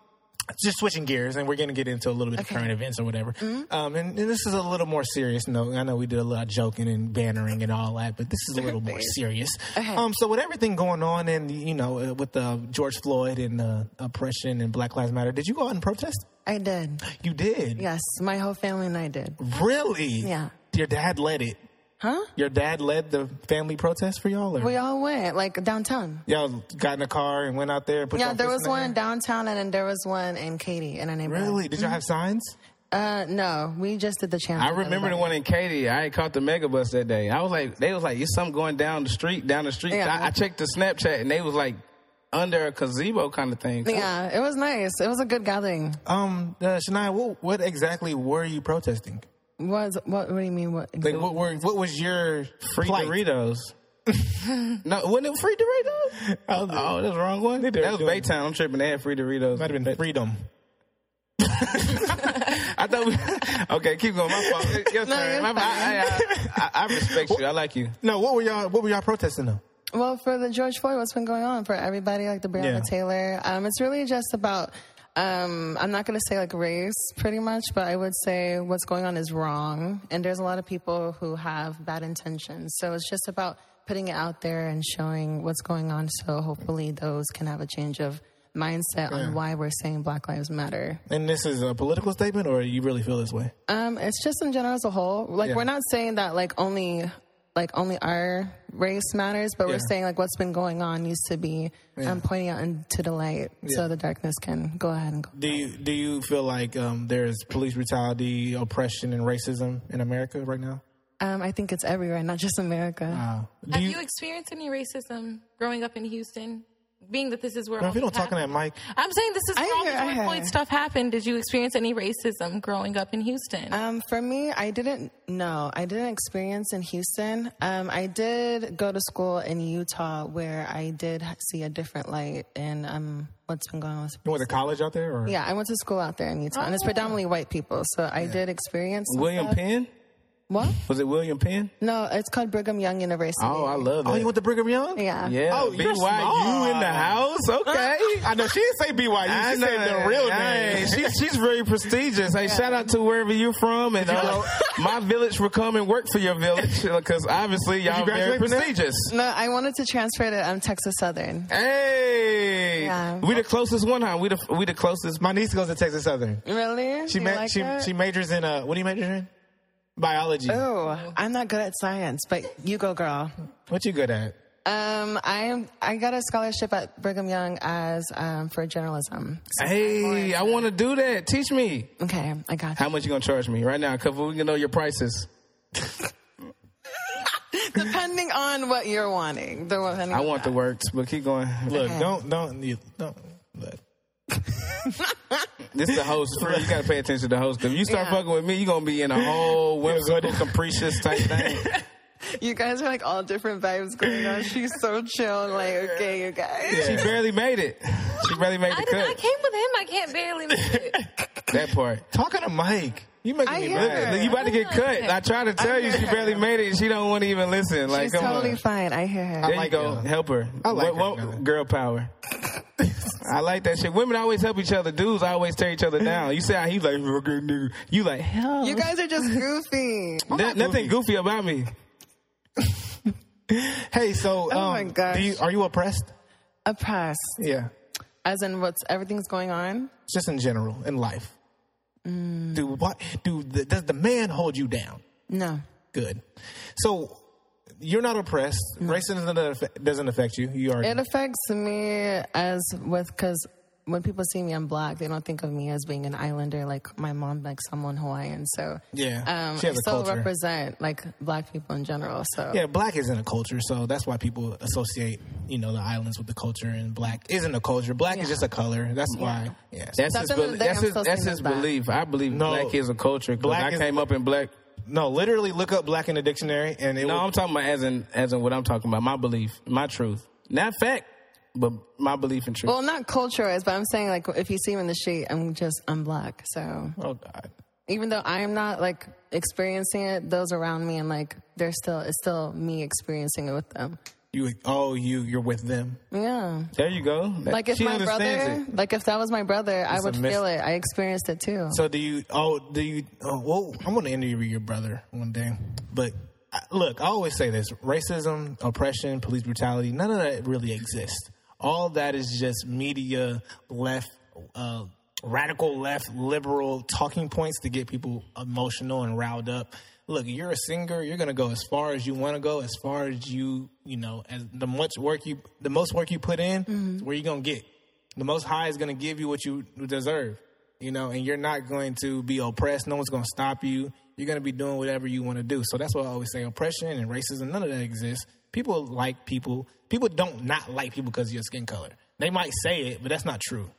Speaker 1: just switching gears, and we're gonna get into a little bit
Speaker 3: Okay. Mm-hmm.
Speaker 1: of current events or whatever. Um, and, and this is a little more serious. No, I know we did a lot of joking and bannering and all that, but this is a little more serious.
Speaker 3: Okay.
Speaker 1: Um, so with everything going on, and you know, uh, with uh, George Floyd and uh, oppression and Black Lives Matter, did you go out and protest?
Speaker 3: I did.
Speaker 1: You did.
Speaker 3: Yes, my whole family and I did.
Speaker 1: Really?
Speaker 3: Yeah.
Speaker 1: Your dad led it.
Speaker 3: Huh?
Speaker 1: Your dad led the family protest for y'all, or
Speaker 3: We all went like downtown.
Speaker 1: y'all got in a car and went out there. And put
Speaker 3: Yeah,
Speaker 1: y'all
Speaker 3: there
Speaker 1: fists
Speaker 3: was
Speaker 1: in
Speaker 3: one
Speaker 1: air?
Speaker 3: downtown, and then there was one in Katie in our neighborhood.
Speaker 1: Really? Did y'all have signs?
Speaker 3: Uh, no, we just did the channel.
Speaker 2: I remember the one in Katy. I had caught the megabus that day. I was like, they was like, it's something going down the street, down the street.
Speaker 3: Yeah.
Speaker 2: I, I checked the Snapchat and they was like under a gazebo kind of thing. Uh,
Speaker 3: Yeah, it was nice. It was a good gathering.
Speaker 1: Um, uh, Shania, what, what exactly were you protesting?
Speaker 3: Was what? What do you mean? What?
Speaker 1: Like, what were what was your
Speaker 2: Free
Speaker 1: plight?
Speaker 2: Doritos. no, wasn't it free Doritos?
Speaker 1: Oh,
Speaker 2: Oh, that's the wrong one. That
Speaker 1: did
Speaker 2: was
Speaker 1: do it.
Speaker 2: Baytown. I'm tripping. They had free Doritos.
Speaker 1: might have been freedom.
Speaker 2: I thought. We, okay, keep going. My fault. Your
Speaker 3: No,
Speaker 2: turn.
Speaker 3: you're
Speaker 2: My fault. I, I, I, I respect you. I like you.
Speaker 1: No, what were y'all what were y'all protesting though?
Speaker 3: Well, for the George Floyd, what's been going on for everybody, like the Breonna
Speaker 1: Yeah.
Speaker 3: Taylor, um, it's really just about. Um, I'm not going to say like race pretty much, but I would say what's going on is wrong. And there's a lot of people who have bad intentions. So it's just about putting it out there and showing what's going on. So hopefully those can have a change of mindset on why we're saying Black Lives Matter.
Speaker 1: And this is a political statement, or you really feel this way?
Speaker 3: Um, it's just in general as a whole. Like
Speaker 1: Yeah.
Speaker 3: we're not saying that like only like only our race matters, but
Speaker 1: Yeah.
Speaker 3: we're saying like what's been going on needs to be um, pointing out into the light so the darkness can go ahead and go.
Speaker 1: Do you do you feel like um, there's police brutality, oppression, and racism in America right now?
Speaker 3: Um, I think it's everywhere, not just America.
Speaker 1: Uh, do
Speaker 4: Have
Speaker 1: you?
Speaker 4: you experienced any racism growing up in Houston? Being that this is where
Speaker 1: if you
Speaker 4: all
Speaker 1: don't
Speaker 4: this
Speaker 1: talk on that
Speaker 4: happened.
Speaker 1: mic,
Speaker 4: I'm saying this is
Speaker 3: I
Speaker 4: where all
Speaker 3: hear- I
Speaker 4: the
Speaker 3: hear.
Speaker 4: George Floyd stuff happened. Did you experience any racism growing up in Houston?
Speaker 3: Um, for me, I didn't no, I didn't experience in Houston. Um, I did go to school in Utah where I did see a different light and um, what's been going on with.
Speaker 1: you went to college out there, or
Speaker 3: Yeah, I went to school out there in Utah, and it's predominantly white people, so I did experience some
Speaker 2: William
Speaker 3: stuff.
Speaker 2: Penn.
Speaker 3: What?
Speaker 2: Was it William Penn?
Speaker 3: No, it's called Brigham Young University.
Speaker 2: Oh, I love it.
Speaker 1: Oh, you went to Brigham Young?
Speaker 3: yeah.
Speaker 2: yeah.
Speaker 1: Oh,
Speaker 2: BYU
Speaker 1: you're smart.
Speaker 2: in the house. Okay.
Speaker 1: I know she didn't say BYU. She
Speaker 2: I
Speaker 1: said
Speaker 2: know.
Speaker 1: the real
Speaker 2: Hey,
Speaker 1: name.
Speaker 2: She's she's very prestigious. Hey, shout out to wherever you're from, and uh, my village will come and work for your village because obviously y'all very
Speaker 1: graduate from there?
Speaker 2: prestigious.
Speaker 3: No, I wanted to transfer to um, Texas Southern.
Speaker 2: Hey,
Speaker 3: Yeah.
Speaker 2: we the closest one, huh? We the we the closest.
Speaker 1: My niece goes to Texas Southern.
Speaker 3: Really?
Speaker 1: She
Speaker 3: You
Speaker 1: ma-
Speaker 3: like
Speaker 1: she
Speaker 3: it?
Speaker 1: she majors in uh what do you major in? Biology.
Speaker 3: Oh, I'm not good at science, but you go, girl.
Speaker 1: What you good at?
Speaker 3: Um, I am. I got a scholarship at Brigham Young as um, for journalism.
Speaker 2: Hey, I want to do that. Teach me.
Speaker 3: Okay, I got
Speaker 2: How much you gonna charge me right now? Cause we can know your prices.
Speaker 3: it. Depending on what you're wanting, the depending
Speaker 2: I
Speaker 3: on
Speaker 2: want
Speaker 3: that.
Speaker 2: the works, but keep going. Look,
Speaker 1: Look, don't don't you don't look.
Speaker 2: this is the host. You gotta pay attention to the host. If you start
Speaker 3: Yeah.
Speaker 2: fucking with me, you are gonna be in a whole whimsical, capricious type thing.
Speaker 3: You guys are like all different vibes going on. She's so chill. Like, okay, you guys.
Speaker 2: She barely made it. She barely made
Speaker 4: I,
Speaker 2: the
Speaker 4: did, I
Speaker 2: cut.
Speaker 4: came with him. I can't barely make it.
Speaker 2: That part.
Speaker 1: Talk on the mic. You making
Speaker 3: I
Speaker 1: me
Speaker 3: hear
Speaker 1: mad.
Speaker 3: her.
Speaker 2: Look, you about to get cut. I tried to tell you she barely made it. and She don't want to even listen. Like,
Speaker 3: She's
Speaker 2: come
Speaker 3: totally
Speaker 2: on.
Speaker 3: fine. I hear her.
Speaker 2: There
Speaker 1: like
Speaker 2: you go.
Speaker 1: her.
Speaker 2: Help her.
Speaker 1: I like
Speaker 2: What-
Speaker 1: her,
Speaker 2: what-
Speaker 1: man.
Speaker 2: girl power. I like that shit. Women always help each other. Dudes always tear each other down. You say how he's like, "Good nigga." you like, hell.
Speaker 3: You guys are just goofy.
Speaker 2: No- nothing goofy about me.
Speaker 1: Hey, so um,
Speaker 3: Oh my gosh.
Speaker 1: do you, are you oppressed?
Speaker 3: Oppressed.
Speaker 1: Yeah,
Speaker 3: As in what's everything's going on?
Speaker 1: just in general in life.
Speaker 3: Mm.
Speaker 1: Do what? Do the, does the man hold you down?
Speaker 3: No.
Speaker 1: Good. So you're not oppressed. Racism doesn't affect, doesn't affect you. You are.
Speaker 3: It affects me as with because when people see me, I'm black. They don't think of me as being an islander. Like my mom, like someone Hawaiian. So
Speaker 1: Yeah,
Speaker 3: um,
Speaker 1: she has a
Speaker 3: I still
Speaker 1: culture.
Speaker 3: represent like black people in general. So
Speaker 1: yeah, black isn't a culture, so that's why people associate, you know, the islands with the culture, and black isn't a culture. Black is just a color. That's why. Yeah.
Speaker 2: That's
Speaker 3: At
Speaker 2: his,
Speaker 3: the end of
Speaker 2: bel-
Speaker 3: the day,
Speaker 2: that's
Speaker 3: I'm
Speaker 2: his,
Speaker 3: still
Speaker 2: that's
Speaker 3: seen
Speaker 2: his
Speaker 3: as black.
Speaker 2: belief. I believe
Speaker 1: No.
Speaker 2: black is a culture. 'cause
Speaker 1: Black
Speaker 2: I
Speaker 1: is-
Speaker 2: came up in black.
Speaker 1: No, literally look up black in the dictionary, and it
Speaker 2: No,
Speaker 1: will,
Speaker 2: I'm talking about as in as in what I'm talking about. My belief, my truth, not fact, but my belief and truth.
Speaker 3: Well, not culture-wise, but I'm saying like if you see me in the street, I'm just I'm black. So
Speaker 1: oh god.
Speaker 3: even though I am not like experiencing it, those around me and like they're still it's still me experiencing it with them.
Speaker 1: You oh you you're with them.
Speaker 3: Yeah.
Speaker 2: there you go. That-
Speaker 3: Like if
Speaker 2: she
Speaker 3: my
Speaker 2: understands
Speaker 3: brother,
Speaker 2: it.
Speaker 3: like if that was my brother, I would
Speaker 1: a mis-
Speaker 3: feel it. I experienced it too.
Speaker 1: So do you? Oh, do you? Oh, well, I'm going to interview your brother one day. But uh, look, I always say this: racism, oppression, police brutality. None of that really exists. All that is just media left, uh, radical left, liberal talking points to get people emotional and riled up. Look, you're a singer. You're going to go as far as you want to go, as far as you, you know, as the much work you, the most work you put in, is where you're going to get. The Most High is going to give you what you deserve, you know, and you're not going to be oppressed. No one's going to stop you. You're going to be doing whatever you want to do. So that's why I always say oppression and racism, none of that exists. People like people. People don't not like people because of your skin color. They might say it, but that's not true.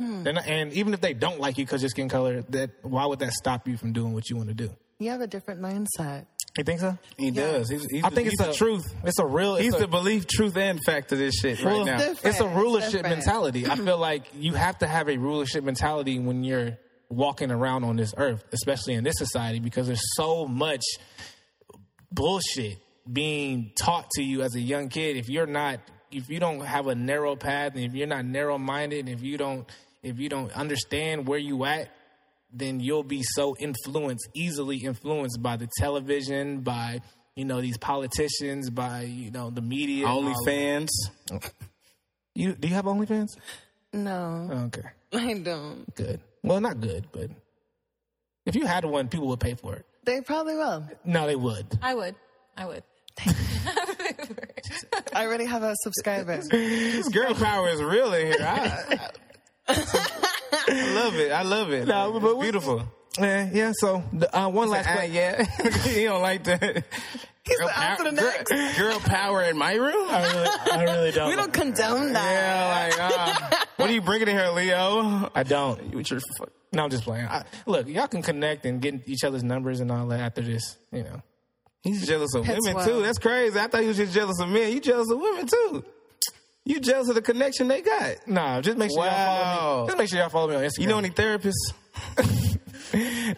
Speaker 1: They're Not, and even if they don't like you because your skin color, that why would that stop you from doing what you want to do?
Speaker 3: you have a different mindset.
Speaker 1: You think so?
Speaker 2: He does. He's, he's
Speaker 1: I think
Speaker 2: he's
Speaker 1: it's
Speaker 2: the
Speaker 1: a
Speaker 2: truth.
Speaker 1: It's a real. It's
Speaker 2: He's
Speaker 1: a,
Speaker 2: the belief, truth, and fact of this shit right
Speaker 1: Well,
Speaker 2: now.
Speaker 3: different.
Speaker 1: It's a rulership
Speaker 3: It's different.
Speaker 1: mentality. I feel like you have to have a rulership mentality when you're walking around on this earth, especially in this society, because there's so much bullshit being taught to you as a young kid. If you're not, if you don't have a narrow path, and if you're not narrow minded, and if you don't, if you don't understand where you at, then you'll be so influenced, easily influenced by the television, by you know these politicians, by you know the media, and all that.
Speaker 2: OnlyFans.
Speaker 1: You do you have OnlyFans?
Speaker 3: No,
Speaker 1: Okay,
Speaker 3: I don't.
Speaker 1: good. Well, not good, but if you had one, people would pay for it.
Speaker 3: They probably will.
Speaker 1: No, they would.
Speaker 4: I would. I would.
Speaker 3: I already have a subscriber.
Speaker 2: This girl power is real in here. I, I- I love it. I love it.
Speaker 1: No,
Speaker 2: It's
Speaker 1: but we-
Speaker 2: beautiful.
Speaker 1: Yeah, yeah. So the, uh, one last
Speaker 2: Ah,
Speaker 1: question.
Speaker 2: yeah. he don't like that. He's girl,
Speaker 3: on to the
Speaker 2: girl, girl power in my room?
Speaker 1: I really, I really don't.
Speaker 3: We don't condone that.
Speaker 2: Yeah, like, uh, what are you bringing in here, Leo?
Speaker 1: I don't.
Speaker 2: With your fu-
Speaker 1: No, I'm just playing. I, look, y'all can connect and get each other's numbers and all that after this. You know,
Speaker 2: He's jealous of
Speaker 3: That's
Speaker 2: women
Speaker 3: wild.
Speaker 2: too. That's crazy. I thought you was just jealous of men. You jealous of women too. You jealous of the connection they got.
Speaker 1: nah. Just make sure. Y'all follow
Speaker 2: Wow.
Speaker 1: me. Just make sure y'all follow me on Instagram.
Speaker 2: You know any therapists?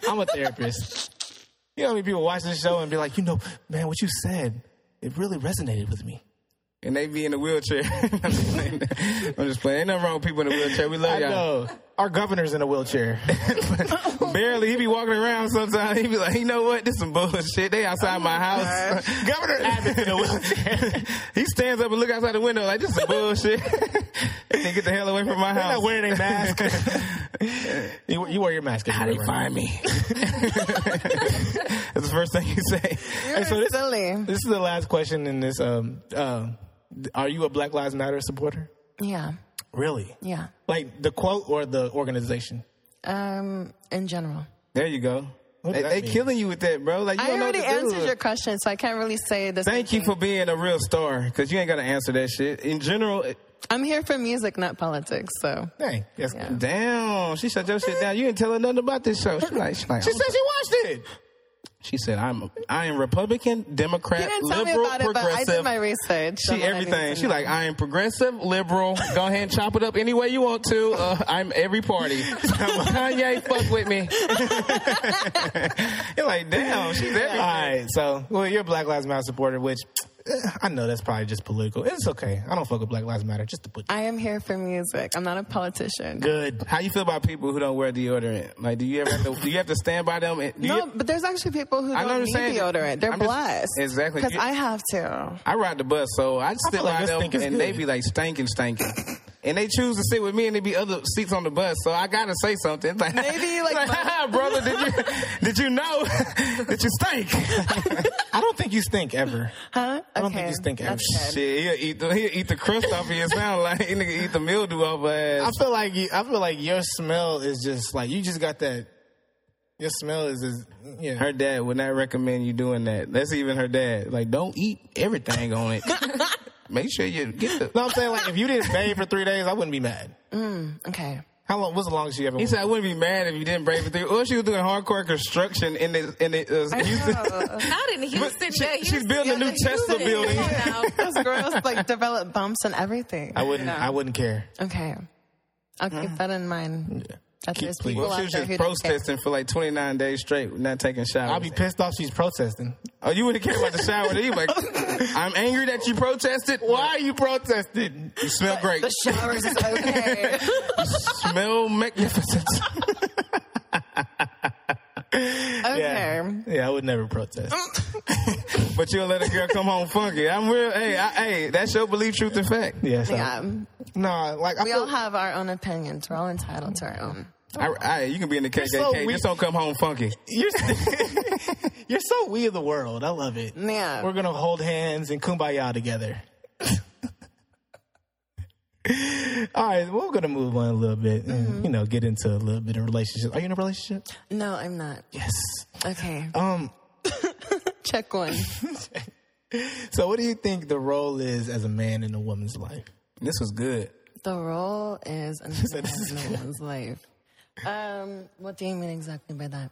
Speaker 1: I'm a therapist. you know how many people watch this show and be like, you know, man, what you said, it really resonated with me.
Speaker 2: And they be in the wheelchair. I'm just playing. I'm just playing. Ain't nothing wrong with people in the wheelchair. We love
Speaker 1: I
Speaker 2: y'all.
Speaker 1: know. Our governor's in a wheelchair.
Speaker 2: Barely, he be walking around sometimes. He be like, you know what? This some bullshit. They
Speaker 1: Oh
Speaker 2: outside my house. Governor Abbott's in a wheelchair. he stands up and look outside the window like, this some bullshit. and get the hell away from my
Speaker 1: They're not
Speaker 2: house.
Speaker 1: wearing a mask. you, you wear your mask.
Speaker 2: How they find me? That's the first thing you say.
Speaker 1: Hey, so this,
Speaker 3: Silly.
Speaker 1: this is the last question in this. Um, um, are you a Black Lives Matter supporter?
Speaker 3: Yeah,
Speaker 1: Really?
Speaker 3: yeah.
Speaker 1: Like the quote or the organization?
Speaker 3: Um, in general,
Speaker 2: There you go.
Speaker 1: What
Speaker 2: They,
Speaker 1: does that
Speaker 2: they
Speaker 1: mean?
Speaker 2: killing you with that, bro. Like you
Speaker 3: I
Speaker 2: don't know what to
Speaker 3: already answered
Speaker 2: do.
Speaker 3: your question, so I can't really say this.
Speaker 2: Thank you for being a real star because you ain't got to answer that shit. In general, eh, it-
Speaker 3: I'm here for music, not politics. So
Speaker 1: Dang, Eh. that's good.
Speaker 2: damn, she shut your shit down. You didn't tell her nothing about this show. She like, she, like,
Speaker 1: She said she watched it.
Speaker 2: She said, "I'm I am Republican, Democrat,
Speaker 3: You didn't tell
Speaker 2: liberal,
Speaker 3: me about it, but I
Speaker 2: progressive."
Speaker 3: did my research. on
Speaker 2: She
Speaker 3: what I need
Speaker 2: everything.
Speaker 3: to
Speaker 2: She
Speaker 3: know.
Speaker 2: like, I am progressive, liberal. Go ahead and chop it up any way you want to. Uh, I'm every party. Kanye, fuck with me. You're like, damn, she's everything.
Speaker 1: All right, so well, you're a Black Lives Matter supporter, which eh, I know that's probably just political. It's okay. I don't fuck with Black Lives Matter. Just to put
Speaker 3: I am here for music. I'm not a politician.
Speaker 1: good.
Speaker 2: How you feel about people who don't wear deodorant? Like, do you ever have to, do you have to stand by them? Do
Speaker 3: No,
Speaker 2: you,
Speaker 3: Um, but there's actually people who
Speaker 2: I
Speaker 3: don't
Speaker 2: know what
Speaker 3: need
Speaker 2: you're saying.
Speaker 3: deodorant. They're
Speaker 2: I'm just-
Speaker 3: blessed.
Speaker 2: exactly.
Speaker 3: Because
Speaker 2: You-
Speaker 3: I have to.
Speaker 2: I ride the bus, so I just
Speaker 1: I
Speaker 2: sit
Speaker 1: feel like
Speaker 2: by
Speaker 1: this
Speaker 2: them,
Speaker 1: stink is
Speaker 2: and they
Speaker 1: good.
Speaker 2: be like stinking, stinking. And they choose to sit with me, and there be other seats on the bus, so I gotta say something. It's Like,
Speaker 3: Maybe, like, my-
Speaker 2: "Ha, brother, did you did you know that you stink?
Speaker 1: I don't think you stink ever.
Speaker 3: Huh?
Speaker 1: I don't think you stink ever.
Speaker 3: that's good.
Speaker 2: Shit, he'll eat the he'll eat the crust off of your sound like he nigga eat the mildew off of
Speaker 1: I
Speaker 2: ass.
Speaker 1: feel like you, I feel like your smell is just like you just got that. Your smell is is yeah.
Speaker 2: Her dad would not recommend you doing that. That's even her dad. Like, don't eat everything on it. Make sure you get the.
Speaker 1: No, I'm saying like if you didn't bathe for three days, I wouldn't be mad.
Speaker 3: Okay.
Speaker 1: How long? What's the longest you ever?
Speaker 2: He said, "I wouldn't be mad if you didn't break it through." Or she was doing hardcore construction in the in the uh,
Speaker 3: I
Speaker 2: Houston.
Speaker 3: know.
Speaker 4: Not in Houston.
Speaker 2: she-
Speaker 4: yeah,
Speaker 2: she's
Speaker 4: Houston,
Speaker 2: building a new
Speaker 4: yeah, Houston.
Speaker 2: Tesla
Speaker 4: Come
Speaker 2: building.
Speaker 4: on now.
Speaker 3: Those girls like develop bumps and everything.
Speaker 1: I wouldn't. I wouldn't care.
Speaker 3: Okay. I'll keep that in mind. That
Speaker 1: Keep-
Speaker 3: there's
Speaker 1: please.
Speaker 3: people
Speaker 2: Well, she
Speaker 3: out
Speaker 2: was
Speaker 3: there
Speaker 2: just
Speaker 3: who don't care.
Speaker 2: protesting for like 29 days straight, not taking showers.
Speaker 1: I'd be pissed off. She's protesting.
Speaker 2: oh, you wouldn't care about the shower either. Like, I'm angry that you protested. Why you protested? You smell great.
Speaker 3: The showers is okay.
Speaker 2: smell magnificent.
Speaker 3: okay.
Speaker 1: Yeah, I would never
Speaker 3: Mm.
Speaker 1: protest.
Speaker 2: but you'll let a girl come home funky. I'm real. Hey, I, hey, that's your belief, truth, and fact.
Speaker 1: Yeah. So,
Speaker 3: Yeah.
Speaker 1: No, like I
Speaker 3: We
Speaker 1: feel,
Speaker 3: all have our own opinions. We're all entitled to our own.
Speaker 2: I, I, you can be in the KKK.
Speaker 1: so weak.
Speaker 2: just don't come home funky.
Speaker 1: you're you're so we of the world. I love it.
Speaker 3: Yeah.
Speaker 1: We're gonna hold hands and kumbaya together. All right, we're gonna move on a little bit and
Speaker 3: Mm-hmm.
Speaker 1: you know get into a little bit of relationship. Are you in a relationship?
Speaker 3: No, I'm not.
Speaker 1: Yes.
Speaker 3: Okay.
Speaker 1: Um.
Speaker 3: Check one.
Speaker 1: So, what do you think the role is as a man in a woman's life?
Speaker 2: This was good.
Speaker 3: The role is another in one's life. Um, what do you mean exactly by that?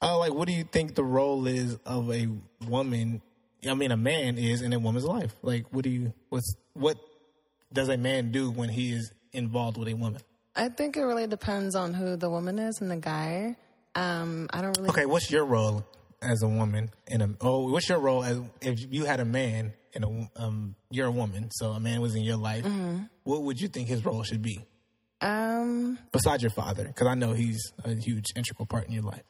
Speaker 1: Uh, like, what do you think the role is of a woman? I mean, a man is in a woman's life. Like, what do you? What's what does a man do when he is involved with a woman?
Speaker 3: I think it really depends on who the woman is and the guy. Um, I don't really.
Speaker 1: Okay, what's your role as a woman in a? Oh, what's your role as if you had a man and a um? You're a woman, so a man was in your life. What would you think his role should be
Speaker 3: Um,
Speaker 1: besides your father? Because I know he's a huge integral part in your life.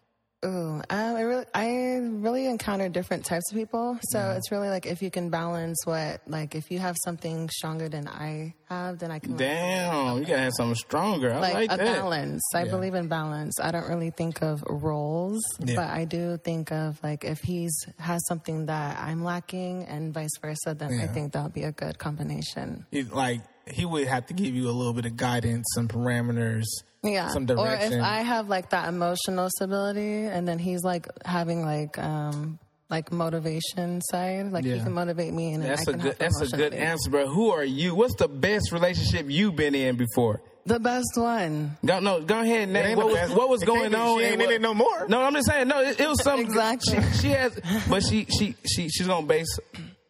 Speaker 3: Ooh, um, I really, I really encounter different types of people. So it's really like if you can balance what, like if you have something stronger than I have, then I can like,
Speaker 2: Damn, you gotta have something stronger. I like,
Speaker 3: like, a
Speaker 2: that.
Speaker 3: balance. I believe in balance. I don't really think of roles, but I do think of like if he's has something that I'm lacking and vice versa, then I think that'll be a good combination.
Speaker 1: It, like he would have to give you a little bit of guidance, some parameters,
Speaker 3: Yeah.
Speaker 1: some
Speaker 3: or if
Speaker 1: direction.
Speaker 3: I have like that emotional stability and then he's like having like um like motivation side, like he
Speaker 1: Yeah.
Speaker 3: can motivate me and I
Speaker 2: That's a
Speaker 3: can
Speaker 2: good.
Speaker 3: help
Speaker 2: That's a good
Speaker 3: emotionally.
Speaker 2: answer, bro. Who are you? What's the best relationship you've been in before?
Speaker 3: The best one.
Speaker 2: Go no. Go ahead. and Name
Speaker 1: ain't
Speaker 2: what
Speaker 1: the
Speaker 2: was,
Speaker 1: best.
Speaker 2: what was
Speaker 1: It
Speaker 2: going
Speaker 1: can't be.
Speaker 2: on?
Speaker 1: She
Speaker 2: and
Speaker 1: ain't in
Speaker 2: what-
Speaker 1: it no more.
Speaker 2: No, I'm just saying. No, it, it was something.
Speaker 3: Exactly.
Speaker 2: She, she has, but she she she she's gonna base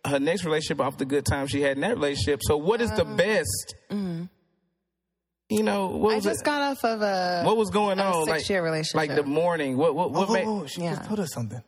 Speaker 2: her next relationship off the good time she had in that relationship. So what is the best? You know what
Speaker 3: Um, mm-hmm. I
Speaker 2: was
Speaker 3: just
Speaker 2: it-
Speaker 3: got off of a
Speaker 2: what was going
Speaker 3: a
Speaker 2: on? like
Speaker 3: six-year relationship.
Speaker 2: Like the morning. What what
Speaker 1: oh,
Speaker 2: what? made-
Speaker 1: oh, she
Speaker 3: Yeah.
Speaker 1: just told us something.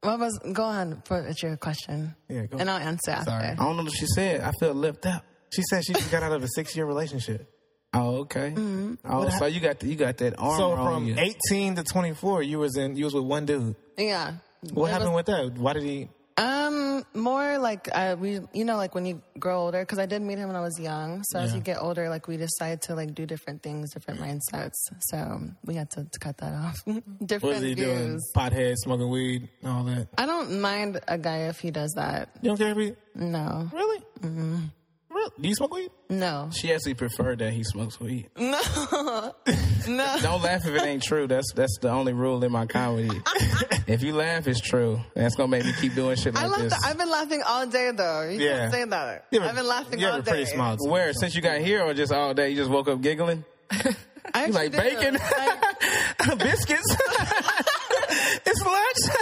Speaker 3: what was go on for it's your question.
Speaker 1: Yeah, go
Speaker 3: and
Speaker 1: on.
Speaker 3: I'll answer after.
Speaker 1: Sorry.
Speaker 2: I don't know what she said. I feel left out.
Speaker 1: She said she just got out of a six year relationship.
Speaker 2: Oh, okay.
Speaker 3: Mm-hmm.
Speaker 2: Oh, so you got the, you got that arm.
Speaker 1: So
Speaker 2: on
Speaker 1: from
Speaker 2: you.
Speaker 1: eighteen to twenty four, you was in you was with one dude.
Speaker 3: Yeah.
Speaker 1: What happened with that? Why did he?
Speaker 3: Um, more like uh, we, you know, like when you grow older, because I did meet him when I was young. So as you get older, like we decide to like do different things, different mindsets. So we had to, to cut that off.
Speaker 1: What
Speaker 3: different
Speaker 1: was he
Speaker 3: views.
Speaker 1: doing? Pothead, smoking weed, and all that.
Speaker 3: I don't mind a guy if he does that.
Speaker 1: You don't care if he
Speaker 3: No,
Speaker 1: really? Mm-hmm. Really? Do you smoke weed?
Speaker 3: no,
Speaker 2: She actually preferred that he smokes weed.
Speaker 3: no, no.
Speaker 2: Don't laugh if it ain't true. That's that's the only rule in my comedy. if you laugh, it's true. That's gonna make me keep doing shit like
Speaker 3: I laughed.
Speaker 2: this.
Speaker 3: I've been laughing all day though. You
Speaker 1: Yeah.
Speaker 3: can't say that.
Speaker 1: You have a-
Speaker 3: I've been laughing
Speaker 1: you have
Speaker 3: all
Speaker 1: a
Speaker 3: day.
Speaker 1: pretty smile. too.
Speaker 2: Where since you got here or just all day, you just woke up giggling?
Speaker 3: I
Speaker 2: You like
Speaker 3: actually do.
Speaker 2: bacon,
Speaker 3: Like,
Speaker 2: biscuits? it's lunch.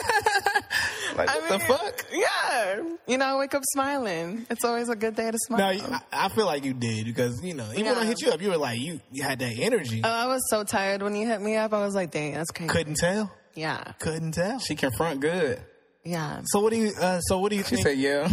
Speaker 2: Like,
Speaker 3: I
Speaker 2: what the
Speaker 3: mean,
Speaker 2: fuck?
Speaker 3: Yeah. You know, I wake up smiling. It's always a good day to smile.
Speaker 1: No, you- I, I feel like you did because you know even when I
Speaker 3: Yeah.
Speaker 1: hit you up, you were like you, you had that energy.
Speaker 3: Oh, I was so tired when you hit me up. I was like, dang, that's crazy.
Speaker 1: couldn't tell.
Speaker 3: Yeah.
Speaker 1: Couldn't tell.
Speaker 2: She confront good.
Speaker 3: Yeah.
Speaker 1: So what do you? Uh, so what do you
Speaker 2: She
Speaker 1: think?
Speaker 2: said, yeah.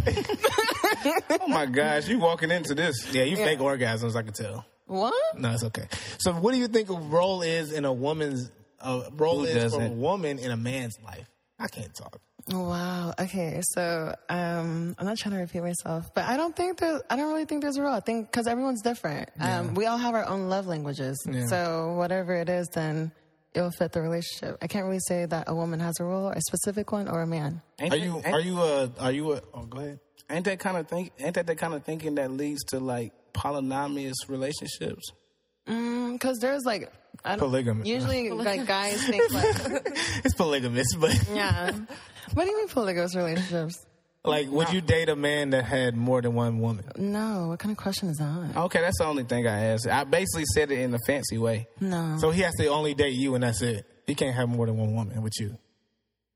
Speaker 2: oh my gosh, you walking into this.
Speaker 1: yeah, you fake orgasms. I can tell.
Speaker 3: What?
Speaker 1: No, it's okay. So what do you think a role is in a woman's uh, role
Speaker 2: Who
Speaker 1: is for a
Speaker 2: doesn't?
Speaker 1: woman in a man's life? I can't talk.
Speaker 3: Wow. Okay. So um, I'm not trying to repeat myself, but I don't think there's, I don't really think there's a rule. I think because everyone's different. Um, we all have our own love languages. So whatever it is, then it'll fit the relationship. I can't really say that a woman has a rule, a specific one, or a man.
Speaker 2: Ain't
Speaker 1: Are
Speaker 2: that-
Speaker 1: you?
Speaker 2: Ain't,
Speaker 1: Are you? Uh, are you? A, oh, go ahead.
Speaker 2: ain't that kind of thing? Ain't that the kind of thinking that leads to like polynomious relationships?
Speaker 3: Because Um, there's like I don't,
Speaker 1: Polygamy.
Speaker 3: Usually, like guys think like
Speaker 1: It's polygamous, but
Speaker 3: yeah. What do you mean polygamous relationships?
Speaker 1: like, would you date a man that had more than one woman?
Speaker 3: No. What kind of question is that?
Speaker 2: Okay, that's the only thing I asked. I basically said it in a fancy way.
Speaker 3: No.
Speaker 1: So he has to only date you, and that's it. He can't have more than one woman with you.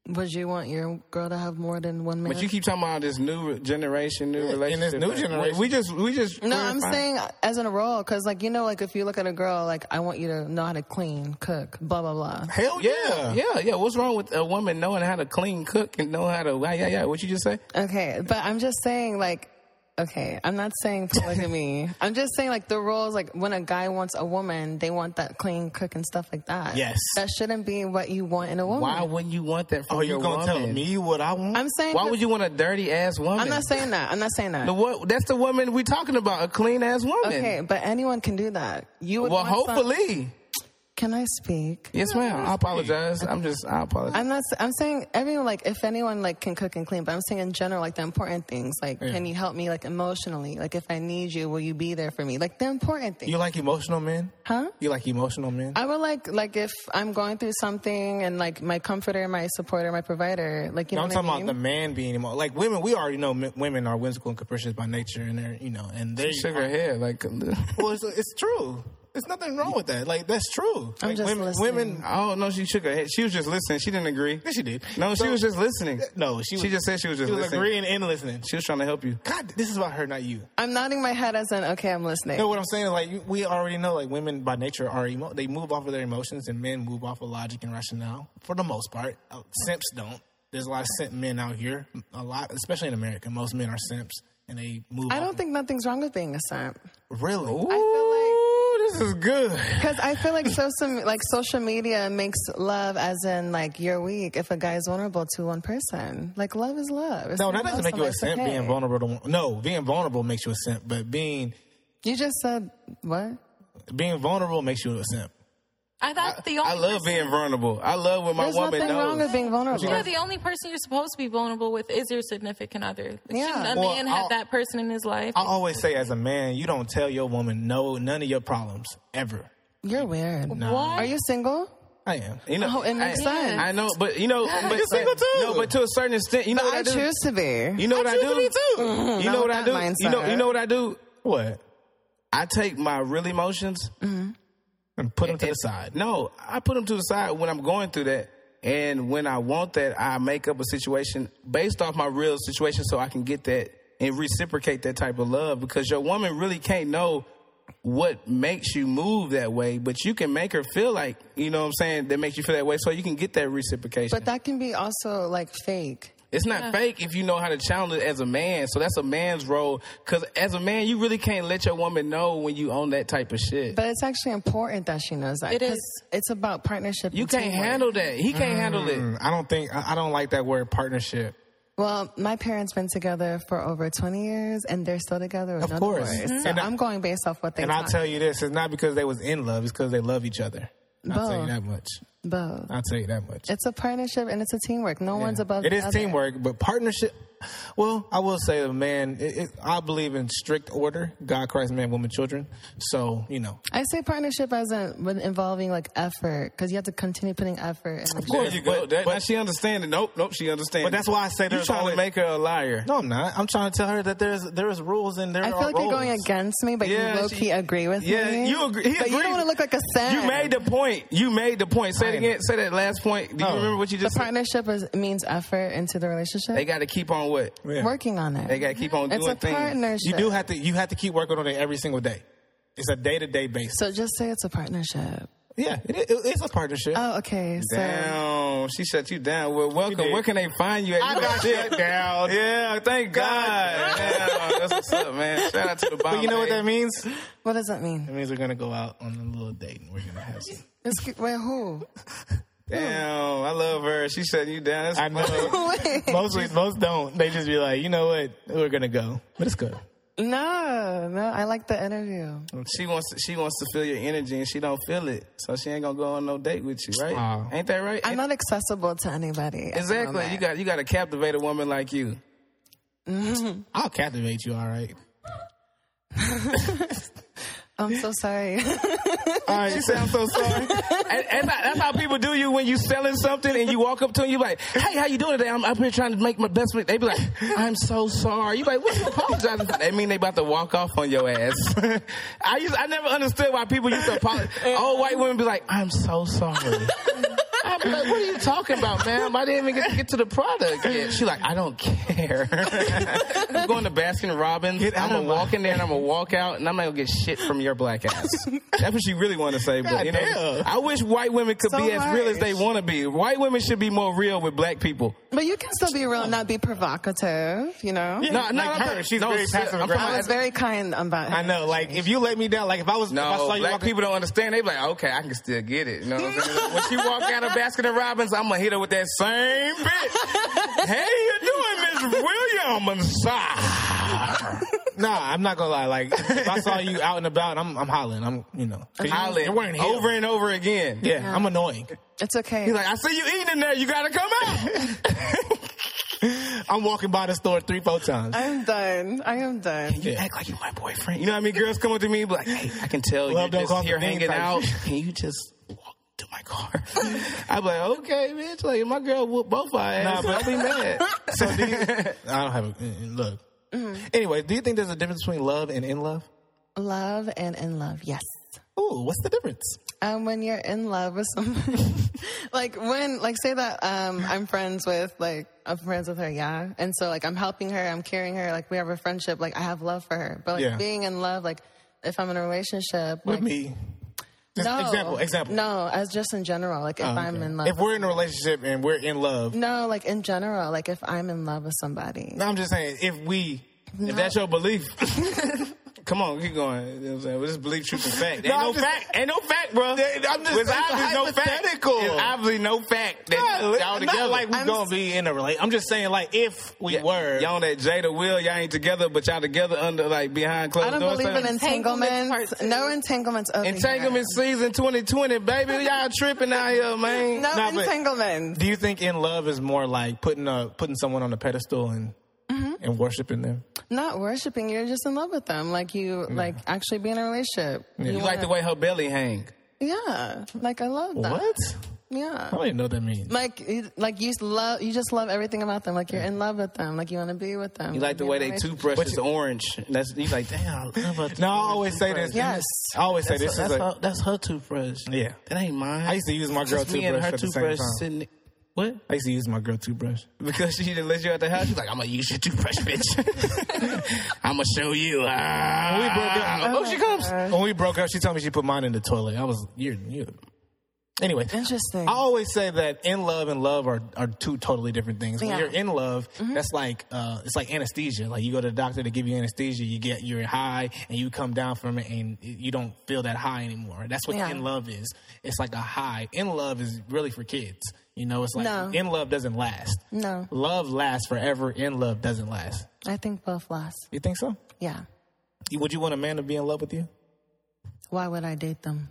Speaker 3: Would you want your girl to have more than one man?
Speaker 2: But you keep talking about this new generation, new
Speaker 1: In
Speaker 2: relationship.
Speaker 1: this new generation, we just we just
Speaker 3: No,
Speaker 1: we're
Speaker 3: I'm
Speaker 1: fine.
Speaker 3: saying as in a role, because like you know, like if you look at a girl, like I want you to know how to clean, cook, blah blah blah.
Speaker 1: hell
Speaker 2: Yeah, yeah, yeah. What's wrong with a woman knowing how to clean, cook, and know how to? Yeah, yeah, yeah. What you just say?
Speaker 3: Okay, but I'm just saying like, okay, I'm not saying polygamy. I'm just saying like the roles, like when a guy wants a woman, they want that clean, cook, and stuff like that.
Speaker 1: Yes.
Speaker 3: that shouldn't be what you want in a woman.
Speaker 2: Why wouldn't you want that from
Speaker 1: Oh,
Speaker 2: your
Speaker 1: you're gonna
Speaker 2: woman?
Speaker 1: tell me what I want?
Speaker 3: I'm saying.
Speaker 2: Why would you want a dirty ass woman?
Speaker 3: I'm not saying that. I'm not saying that.
Speaker 2: The what? That's the woman we talking about. A clean ass woman.
Speaker 3: Okay, but anyone can do that. You would.
Speaker 2: Well,
Speaker 3: want some-
Speaker 2: hopefully.
Speaker 3: can I speak?
Speaker 2: Yes, ma'am. I apologize. I'm just. I apologize.
Speaker 3: I'm not. s- I'm saying everyone like if anyone like can cook and clean, but I'm saying in general like the important things like can you help me like emotionally like if I need you will you be there for me like the important things
Speaker 1: you like emotional men?
Speaker 3: huh?
Speaker 1: You like emotional men?
Speaker 3: I would like like if I'm going through something and like my comforter, my supporter, my provider like you
Speaker 1: No, I'm
Speaker 3: know what
Speaker 1: talking
Speaker 3: I
Speaker 1: about
Speaker 3: mean.
Speaker 1: the man being emo- like women. We already know m- women are whimsical and capricious by nature, and they're you know, and they
Speaker 2: Shook her head like.
Speaker 1: well, it's, it's true. There's nothing wrong with that. Like that's true.
Speaker 3: I'm
Speaker 1: Like,
Speaker 3: just
Speaker 1: women,
Speaker 3: listening.
Speaker 1: women.
Speaker 2: I don't know. She shook her head. She was just listening. She didn't agree.
Speaker 1: Yes, she did.
Speaker 2: No,
Speaker 1: So-
Speaker 2: she was just listening.
Speaker 1: No, she was,
Speaker 2: She just said she was just
Speaker 1: she was
Speaker 2: listening.
Speaker 1: agreeing and listening.
Speaker 2: She was trying to help you.
Speaker 1: God, this is about her, not you.
Speaker 3: I'm nodding my head as in okay, I'm listening.
Speaker 1: No, what I'm saying is like you- we already know like women by nature are emo- they move off of their emotions and men move off of logic and rationale for the most part. Uh, Simps don't. There's a lot of simp men out here, a lot, especially in America. Most men are simps and they move.
Speaker 3: I
Speaker 1: off
Speaker 3: don't think nothing's wrong with being a simp.
Speaker 1: of- really.
Speaker 2: Ooh, this is good.
Speaker 3: Because I feel like social, like social media makes love as in like you're weak if a guy is vulnerable to one person. Like love is love. It's
Speaker 1: No, that
Speaker 3: not
Speaker 1: doesn't
Speaker 3: love,
Speaker 1: make you a
Speaker 3: somebody's
Speaker 1: simp.
Speaker 3: okay.
Speaker 1: Being vulnerable to one, no, being vulnerable makes you a simp, but being
Speaker 3: You just said what?
Speaker 1: being vulnerable makes you a simp.
Speaker 4: I thought the only
Speaker 2: I love
Speaker 4: person,
Speaker 2: being vulnerable. I love when my
Speaker 3: There's
Speaker 2: woman
Speaker 3: nothing
Speaker 2: knows.
Speaker 3: wrong with being vulnerable.
Speaker 4: Yeah, the only person you're supposed to be vulnerable with is your significant other.
Speaker 3: Yeah.
Speaker 4: Shouldn't a
Speaker 1: Well,
Speaker 4: man
Speaker 1: I'll-
Speaker 4: have that person in his life?
Speaker 1: I always say, as a man, you don't tell your woman no, none of your problems ever.
Speaker 3: You're weird.
Speaker 4: What?
Speaker 3: Are you single?
Speaker 1: I am.
Speaker 2: You know,
Speaker 3: Oh, it makes
Speaker 2: I,
Speaker 3: sense.
Speaker 2: I know, but you know, but,
Speaker 1: single too.
Speaker 2: No, but to a certain extent, you know what I,
Speaker 3: I
Speaker 2: do.
Speaker 3: choose to be.
Speaker 2: You know what I
Speaker 1: choose
Speaker 2: do.
Speaker 1: to be too. Mhm,
Speaker 2: You
Speaker 3: not
Speaker 2: know
Speaker 3: with
Speaker 2: what I
Speaker 3: that
Speaker 2: do. You know, you
Speaker 3: mindset.
Speaker 2: know what I do.
Speaker 1: What?
Speaker 2: I take my real emotions.
Speaker 1: And put them to the side.
Speaker 2: No, I put them to the side when I'm going through that, and when I want that, I make up a situation based off my real situation, so I can get that and reciprocate that type of love. Because your woman really can't know what makes you move that way, but you can make her feel like you know what I'm saying that makes you feel that way, so you can get that reciprocation.
Speaker 3: But that can be also like fake.
Speaker 2: It's not fake if you know how to challenge it as a man. So that's a man's role. Because as a man, you really can't let your woman know when you own that type of shit.
Speaker 3: But it's actually important that she knows that.
Speaker 4: It
Speaker 3: 'cause
Speaker 4: is.
Speaker 3: It's about partnership.
Speaker 2: you
Speaker 3: and
Speaker 2: can't
Speaker 3: teamwork.
Speaker 2: handle that. He can't handle it.
Speaker 1: Mm, I don't think I I don't like that word partnership.
Speaker 3: Well, my parents been together for over 20 years, and they're still together. With
Speaker 1: Of
Speaker 3: no
Speaker 1: course.
Speaker 3: divorce.
Speaker 1: Mhm.
Speaker 3: So
Speaker 1: And I-
Speaker 3: I'm going based off what they.
Speaker 1: And I'll
Speaker 3: taught.
Speaker 1: tell you this: it's not because they was in love; it's because they love each other. I'll tell you
Speaker 3: Both.
Speaker 1: that much.
Speaker 3: both.
Speaker 1: I'll tell you that much.
Speaker 3: It's a partnership and it's a teamwork. No one's above.
Speaker 1: It
Speaker 3: the
Speaker 1: is
Speaker 3: other.
Speaker 1: teamwork, but partnership. well, I will say, that, man, it, it, I believe in strict order: God, Christ, man, woman, children. So you know,
Speaker 3: I say partnership as in with involving like effort because you have to continue putting effort. And, of
Speaker 2: There you go.
Speaker 1: but-
Speaker 2: that,
Speaker 1: but-
Speaker 2: now she understanding. Nope, nope. She understanding.
Speaker 1: But that's why I say
Speaker 2: you're
Speaker 1: there's
Speaker 2: trying
Speaker 1: always-
Speaker 2: to make her a liar.
Speaker 1: no, I'm not. I'm trying to tell her that there's there's rules and there
Speaker 3: I
Speaker 1: are
Speaker 3: feel like you're going
Speaker 1: roles.
Speaker 3: against me, but
Speaker 2: Yeah,
Speaker 3: you low
Speaker 2: she-
Speaker 3: key agree with
Speaker 2: yeah,
Speaker 3: me.
Speaker 2: you agree- he
Speaker 3: but you
Speaker 2: agrees.
Speaker 3: don't want to look like a sand.
Speaker 2: You made the point. You made the point. Say it
Speaker 1: I-
Speaker 2: again. Say that last point. Do you
Speaker 1: Oh.
Speaker 2: remember what you
Speaker 3: the
Speaker 2: just said?
Speaker 3: partnership is, means effort into the relationship.
Speaker 2: They got to keep on what?
Speaker 1: Yeah.
Speaker 3: Working on it.
Speaker 2: They got to keep on
Speaker 3: it's
Speaker 2: doing
Speaker 3: a
Speaker 2: things.
Speaker 3: partnership.
Speaker 1: You do have to you have to keep working on it every single day. It's a day to day basis.
Speaker 3: So just say it's a partnership.
Speaker 1: Yeah, it, it, it's a partnership.
Speaker 3: Oh, okay. So
Speaker 2: Damn, she shut you down. Well, welcome.
Speaker 1: did.
Speaker 2: Where can they find you? At?
Speaker 1: I
Speaker 2: You
Speaker 1: got
Speaker 2: shit.
Speaker 1: shut down.
Speaker 2: Yeah, thank God. Damn, that's what's up, man. Shout out to the bomb.
Speaker 1: but you know what that
Speaker 2: babe.
Speaker 1: means? That
Speaker 3: what does that mean?
Speaker 1: means we're gonna go out on a little date and we're gonna have some.
Speaker 3: Excuse, wait, who?
Speaker 2: Damn, I love her. She shutting you down. That's
Speaker 1: I know.
Speaker 3: Wait.
Speaker 1: Mostly, most don't. They just be like, you know what? We're gonna go, but it's good.
Speaker 3: No, no. I like the interview.
Speaker 2: She wants to, she wants to feel your energy and she don't feel it, so she ain't gonna go on no date with you, right?
Speaker 1: Wow.
Speaker 2: Ain't that right?
Speaker 3: I'm not accessible to anybody. at the
Speaker 2: exactly. You
Speaker 3: moment.
Speaker 2: got you got to captivate a woman like you. Mm-hmm.
Speaker 1: I'll captivate you, all right.
Speaker 3: I'm so sorry.
Speaker 2: All right, you sound so sorry. and, and that- that's how people do you when you selling something and you walk up to them, you like, hey, how you doing today? I'm up here trying to make my best. They be like, I'm so sorry. You like, what you apologizing for? They mean they about to walk off on your ass. I used, I never understood why people used to apologize. Old white women be like, I'm so sorry. I'm like, what are you talking about, ma'am? I didn't even get to get to the product yet. She like, I don't care. I'm going to Baskin Robbins.
Speaker 1: Get out
Speaker 2: I'm gonna
Speaker 1: of my-
Speaker 2: walk in there and I'm gonna walk out and I'm not gonna get shit from your black ass. That's what she really wanna say, but
Speaker 1: God
Speaker 2: you know
Speaker 1: damn.
Speaker 2: I wish white women could
Speaker 3: So
Speaker 2: be as real as
Speaker 3: harsh.
Speaker 2: they wanna be. White women should be more real with black people.
Speaker 3: but you can still be real, not be provocative. You know.
Speaker 1: Yeah.
Speaker 2: No, no,
Speaker 1: Like
Speaker 2: I'm
Speaker 1: her,
Speaker 2: not-
Speaker 1: she's
Speaker 2: no,
Speaker 1: very
Speaker 2: shit,
Speaker 1: passive
Speaker 2: I'm talking
Speaker 3: I was
Speaker 1: aggressive.
Speaker 2: about-
Speaker 3: very kind about.
Speaker 1: I know. Like, if you let me down, like if I was, if I
Speaker 2: No,
Speaker 1: saw you
Speaker 2: black
Speaker 1: walking-
Speaker 2: people don't understand. They be like, okay, I can still get it. You know what I'm saying? when she walk out of Baskin and Robbins, I'm gonna hit her with that same bitch. hey, you doing, Miss Williamson?
Speaker 1: Nah, I'm not gonna lie. Like, if I saw you out and about, I'm, I'm hollering. I'm, you know, 'Cause you-
Speaker 2: Hollering
Speaker 1: You're wearing heels.
Speaker 2: over and over again.
Speaker 1: Yeah, I'm annoying.
Speaker 3: It's okay.
Speaker 2: He's like, I see you eating in there. You gotta come out.
Speaker 1: I'm walking by the store three, four times.
Speaker 3: I'm done. I am done.
Speaker 2: You
Speaker 1: Yeah.
Speaker 2: act like you my boyfriend. You know what I mean? Girls come up to me and be like, hey, I can tell
Speaker 1: Love
Speaker 2: you're
Speaker 1: don't
Speaker 2: just
Speaker 1: cost a
Speaker 2: here
Speaker 1: thing,
Speaker 2: hanging
Speaker 1: type
Speaker 2: out. Can you just walk to my car? I'm like, okay, bitch. Like, if my girl whoop both our ass.
Speaker 1: Nah,
Speaker 2: Nah,
Speaker 1: but-
Speaker 2: but I'll be mad.
Speaker 1: So do you, I don't have a mm, mm, look.
Speaker 2: Mm-hmm.
Speaker 1: Anyway, do you think there's a difference between love and in love?
Speaker 3: Love and in love. Yes.
Speaker 1: Ooh, what's the difference?
Speaker 3: Um, when you're in love with someone, like when, like say that um, I'm friends with, like I'm friends with her, yeah, and so like I'm helping her, I'm carrying her, like we have a friendship, like I have love for her, but like
Speaker 1: Yeah.
Speaker 3: being in love, like if I'm in a relationship,
Speaker 1: With
Speaker 3: like,
Speaker 1: me. Just
Speaker 3: no,
Speaker 1: Example, example.
Speaker 3: no, as just in general, like if
Speaker 1: Oh,
Speaker 3: I'm
Speaker 1: okay.
Speaker 3: in love,
Speaker 1: If we're in a relationship and we're in love,
Speaker 3: no, like in general, like if I'm in love with somebody,
Speaker 1: no, I'm just saying, if we,
Speaker 2: If that's your belief. Come on, keep going. You know what I'm saying? Well, Just believe truth and fact. Ain't
Speaker 1: No,
Speaker 2: no,
Speaker 1: I'm just-
Speaker 2: fact. Ain't no fact, bro.
Speaker 1: Yeah, I'm just-
Speaker 2: it's
Speaker 1: it's
Speaker 2: obviously no fact.
Speaker 1: hypothetical.
Speaker 2: It's obviously no fact that
Speaker 1: yeah,
Speaker 2: y'all
Speaker 1: not
Speaker 2: together.
Speaker 1: like we're
Speaker 3: I'm
Speaker 1: gonna
Speaker 3: s-
Speaker 1: be in a relationship. I'm just saying, like, if we
Speaker 2: Yeah.
Speaker 1: were.
Speaker 2: Y'all on that Jada Will, y'all ain't together, but y'all together under like behind closed
Speaker 3: I don't
Speaker 2: doors.
Speaker 3: believe in
Speaker 4: Entanglement
Speaker 3: entanglements,
Speaker 4: part two.
Speaker 3: no entanglements, over here.
Speaker 2: Entanglement season 2020, baby. Y'all tripping out here, man.
Speaker 3: no
Speaker 1: Nah, but-
Speaker 3: entanglements.
Speaker 1: Do you think in love is more like putting a, putting someone on a pedestal and
Speaker 2: Mm-hmm.
Speaker 1: and worshiping them?
Speaker 3: Not worshiping, you're just in love with them. Like you, like actually be in a relationship.
Speaker 2: You like the way her belly hang.
Speaker 3: Yeah, like I love that.
Speaker 1: What?
Speaker 3: Yeah.
Speaker 1: I don't even know what that means.
Speaker 3: Like, you- like you love, you just love everything about them. Like you're in love with them. Like you want to be with them.
Speaker 2: You like the
Speaker 3: You're
Speaker 2: way
Speaker 3: in a
Speaker 2: they
Speaker 3: relationship.
Speaker 2: toothbrush is orange. That's you like, damn. I love her
Speaker 1: No, I
Speaker 2: toothbrush.
Speaker 1: always say this.
Speaker 3: Yes.
Speaker 1: I always say this
Speaker 2: That's, that's,
Speaker 1: is a,
Speaker 2: her, that's her toothbrush.
Speaker 1: yeah.
Speaker 2: That ain't mine.
Speaker 1: I used to use my girl
Speaker 2: Just me and
Speaker 1: toothbrush
Speaker 2: her
Speaker 1: at the same
Speaker 2: toothbrush
Speaker 1: time.
Speaker 2: sitting. What?
Speaker 1: I used to use my girl toothbrush.
Speaker 2: Because she didn't let you out the house. She's like, I'm gonna use your toothbrush, bitch. I'm gonna show you. Ah.
Speaker 1: We broke up.
Speaker 2: Oh, she comes.
Speaker 1: When we broke up, she told me she put mine in the toilet. I was you're you. Anyway,
Speaker 3: Interesting.
Speaker 1: I
Speaker 2: Oh.
Speaker 1: always say that in love and love are, are two totally different things. When
Speaker 3: Yeah. Mm-hmm.
Speaker 1: you're in love, that's like uh, it's like anesthesia. Like you go to the doctor to give you anesthesia, you get you're high, and you come down from it, and you don't feel that high anymore. That's what
Speaker 3: Yeah.
Speaker 1: in love is. It's like a high. In love is really for kids. You know, it's like
Speaker 3: No.
Speaker 1: in love doesn't last.
Speaker 3: No.
Speaker 1: love lasts forever. In love doesn't last.
Speaker 3: I think both lost.
Speaker 1: You think so?
Speaker 3: Yeah.
Speaker 1: You- Would you want a man to be in love with you?
Speaker 3: Why would I date them?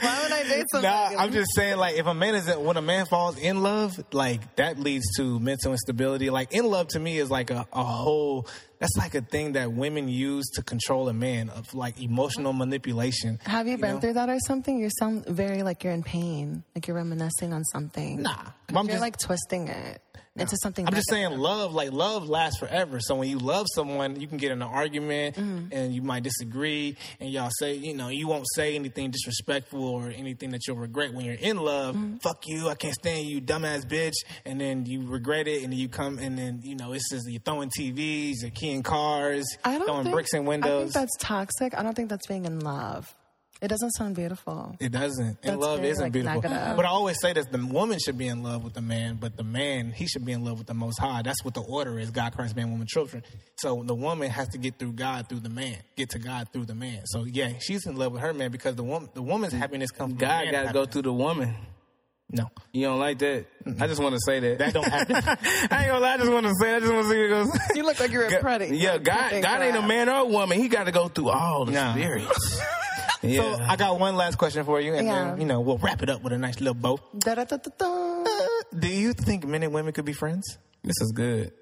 Speaker 3: Why would I to date somebody.
Speaker 2: Nah, I'm just saying, like, if a man is when a man falls in love, like that leads to mental instability. Like, in love to me is like a, a whole. That's like a thing that women use to control a man of like emotional manipulation.
Speaker 3: Have you been
Speaker 2: know?
Speaker 3: through that or something? You sound very like you're in pain, like you're reminiscing on something.
Speaker 2: Nah,
Speaker 3: you're
Speaker 2: I'm just,
Speaker 3: like twisting it into something.
Speaker 2: I'm just
Speaker 3: better.
Speaker 2: saying, love, like love, lasts forever. So when you love someone, you can get in an argument,
Speaker 3: Mm-hmm.
Speaker 2: and you might disagree, and y'all say, you know, you won't say anything disrespectful or anything that you'll regret when you're in love.
Speaker 3: Mm-hmm.
Speaker 2: Fuck you, I can't stand you, dumbass bitch. And then you regret it, and then you come, and then you know, it's just you're throwing TVs, you're keying cars,
Speaker 3: I don't
Speaker 2: throwing
Speaker 3: think,
Speaker 2: bricks in
Speaker 3: I think
Speaker 2: windows.
Speaker 3: that's toxic. I don't think that's being in love. It doesn't sound beautiful.
Speaker 2: It doesn't. And
Speaker 3: That's
Speaker 2: love
Speaker 3: very,
Speaker 2: isn't
Speaker 3: like,
Speaker 2: beautiful.
Speaker 3: negative.
Speaker 2: But I always say that the woman should be in love with the man, but the man, he should be in love with the most high. That's what the order is God, Christ, man, woman, children. So the woman has to get through God through the man, get to God through the man. So yeah, she's in love with her man because the woman, the woman's happiness comes from
Speaker 1: God got to go through the woman.
Speaker 2: No.
Speaker 1: You don't like that? I just want to say that.
Speaker 2: That don't happen.
Speaker 1: I ain't gonna lie. I just want to say. I just want to see what goes.
Speaker 3: You look like you're a pretty.
Speaker 1: Yeah, God, God ain't a man or a woman. He got to go through all the
Speaker 2: Nah.
Speaker 1: experience. yeah.
Speaker 2: So I got one last question for you and
Speaker 3: Yeah.
Speaker 2: then, you know, we'll wrap it up with a nice little bow.
Speaker 3: Da-da-da-da-da.
Speaker 2: Do you think men and women could be friends?
Speaker 1: this is good.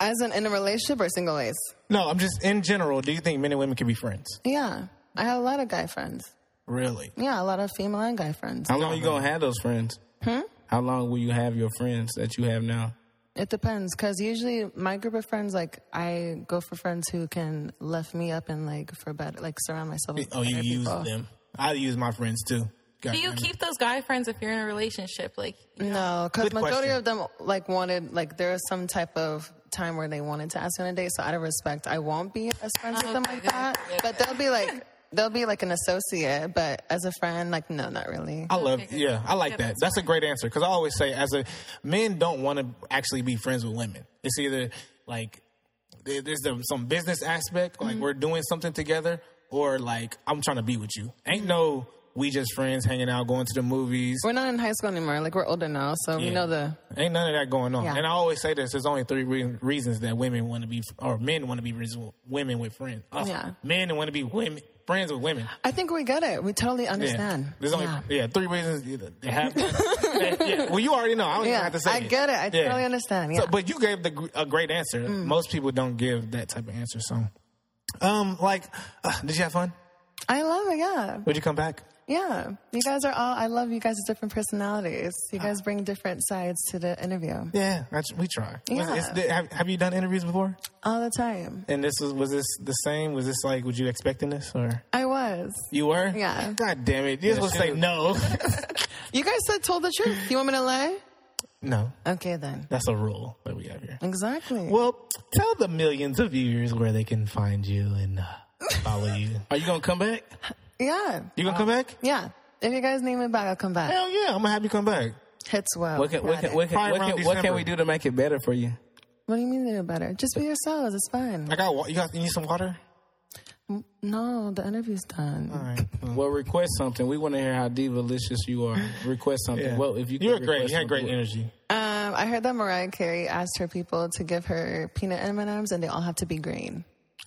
Speaker 3: As in, in a relationship or single ways?
Speaker 2: No, I'm just in general, do you think men and women can be friends?
Speaker 3: Yeah. I have a lot of guy friends.
Speaker 2: Really?
Speaker 3: Yeah, a lot of female and guy friends.
Speaker 1: How long you gonna have those friends? Hmm? How long will you have your friends that you have now?
Speaker 3: It depends, because usually my group of friends, like I go for friends who can lift me up and like for better, like surround myself. With
Speaker 2: Oh, you
Speaker 3: better
Speaker 2: use
Speaker 3: people.
Speaker 2: them. I use my friends too. God
Speaker 4: Do you
Speaker 2: damn it.
Speaker 4: keep those guy friends if you're in a relationship? Like,
Speaker 3: No, because
Speaker 2: Good
Speaker 3: majority
Speaker 2: question.
Speaker 3: of them like wanted like there was some type of time where they wanted to ask me on a date. So out of respect, I won't be as friends with them
Speaker 4: Okay,
Speaker 3: like
Speaker 4: good,
Speaker 3: that.
Speaker 4: good.
Speaker 3: But they'll be like they'll be like an associate, but as a friend, like no, not really.
Speaker 2: I love,
Speaker 4: good.
Speaker 2: yeah, I like
Speaker 4: Yeah,
Speaker 2: that.
Speaker 4: that's
Speaker 2: That's a great answer because I always say, as a men, don't want to actually be friends with women. It's either like there- there's the, some business aspect, like
Speaker 3: Mm-hmm.
Speaker 2: we're doing something together, or like I'm trying to be with you. Ain't no we just friends hanging out, going to the movies.
Speaker 3: We're not in high school anymore. Like we're older now, so we
Speaker 2: Yeah.
Speaker 3: know the
Speaker 2: Ain't none of that going on.
Speaker 3: Yeah.
Speaker 2: And I always say this: there's only three rea- reasons that women want to be or men want to be res- women with friends. Ugh.
Speaker 3: Yeah.
Speaker 2: men want to be women friends with women.
Speaker 3: I think we get it. We totally
Speaker 2: Yeah.
Speaker 3: understand.
Speaker 2: There's only
Speaker 3: yeah.
Speaker 2: yeah. three reasons you- they have. yeah. Well, you already know. I don't even
Speaker 3: Yeah,
Speaker 2: have to say.
Speaker 3: I get it. I totally understand,
Speaker 2: So-
Speaker 3: yeah. Mm.
Speaker 2: but you gave the, gr- a great answer. Most people don't give that type of answer. So, um, like, uh, did you have fun?
Speaker 3: I love it, yeah.
Speaker 2: Would you come back?
Speaker 3: Yeah. You guys are all I love you guys' different personalities. You guys bring different sides to the interview.
Speaker 2: Yeah, I, tr- we try. Was-
Speaker 3: Yeah.
Speaker 2: it's- did- have, have you done interviews before?
Speaker 3: All the time.
Speaker 2: And this was was this the same? Was this like? Would you expecting this or
Speaker 3: I was.
Speaker 2: you were?
Speaker 3: Yeah.
Speaker 2: God damn it! You just supposed to say no.
Speaker 3: You guys said told the truth. You want me to lie?
Speaker 2: no,
Speaker 3: Okay then.
Speaker 2: that's a rule that we have here.
Speaker 3: Exactly.
Speaker 2: Well, tell the millions of viewers where they can find you and uh, follow you.
Speaker 1: Are you gonna come back?
Speaker 3: yeah.
Speaker 2: You gonna come back?
Speaker 3: Yeah. If you guys need me back, I'll come back.
Speaker 2: Hell yeah, I'm gonna have you come back.
Speaker 3: Hits well.
Speaker 1: What can, what can, what can,
Speaker 2: Probably
Speaker 1: what
Speaker 2: around
Speaker 1: can, what can
Speaker 2: December.
Speaker 1: we do to make it better for you?
Speaker 3: What do you mean they do better? Just be yourselves. It's fine.
Speaker 2: I got wa- you. Got you need some water?
Speaker 3: No, the interview's done.
Speaker 2: All right.
Speaker 1: Well, request something. We want to hear how divalicious you are. Request something. Well, if you
Speaker 2: you were
Speaker 1: could
Speaker 2: great,
Speaker 1: request
Speaker 2: you had great
Speaker 1: something-
Speaker 2: energy.
Speaker 3: Um, I heard that Mariah Carey asked her people to give her peanut M&Ms, and they all have to be green,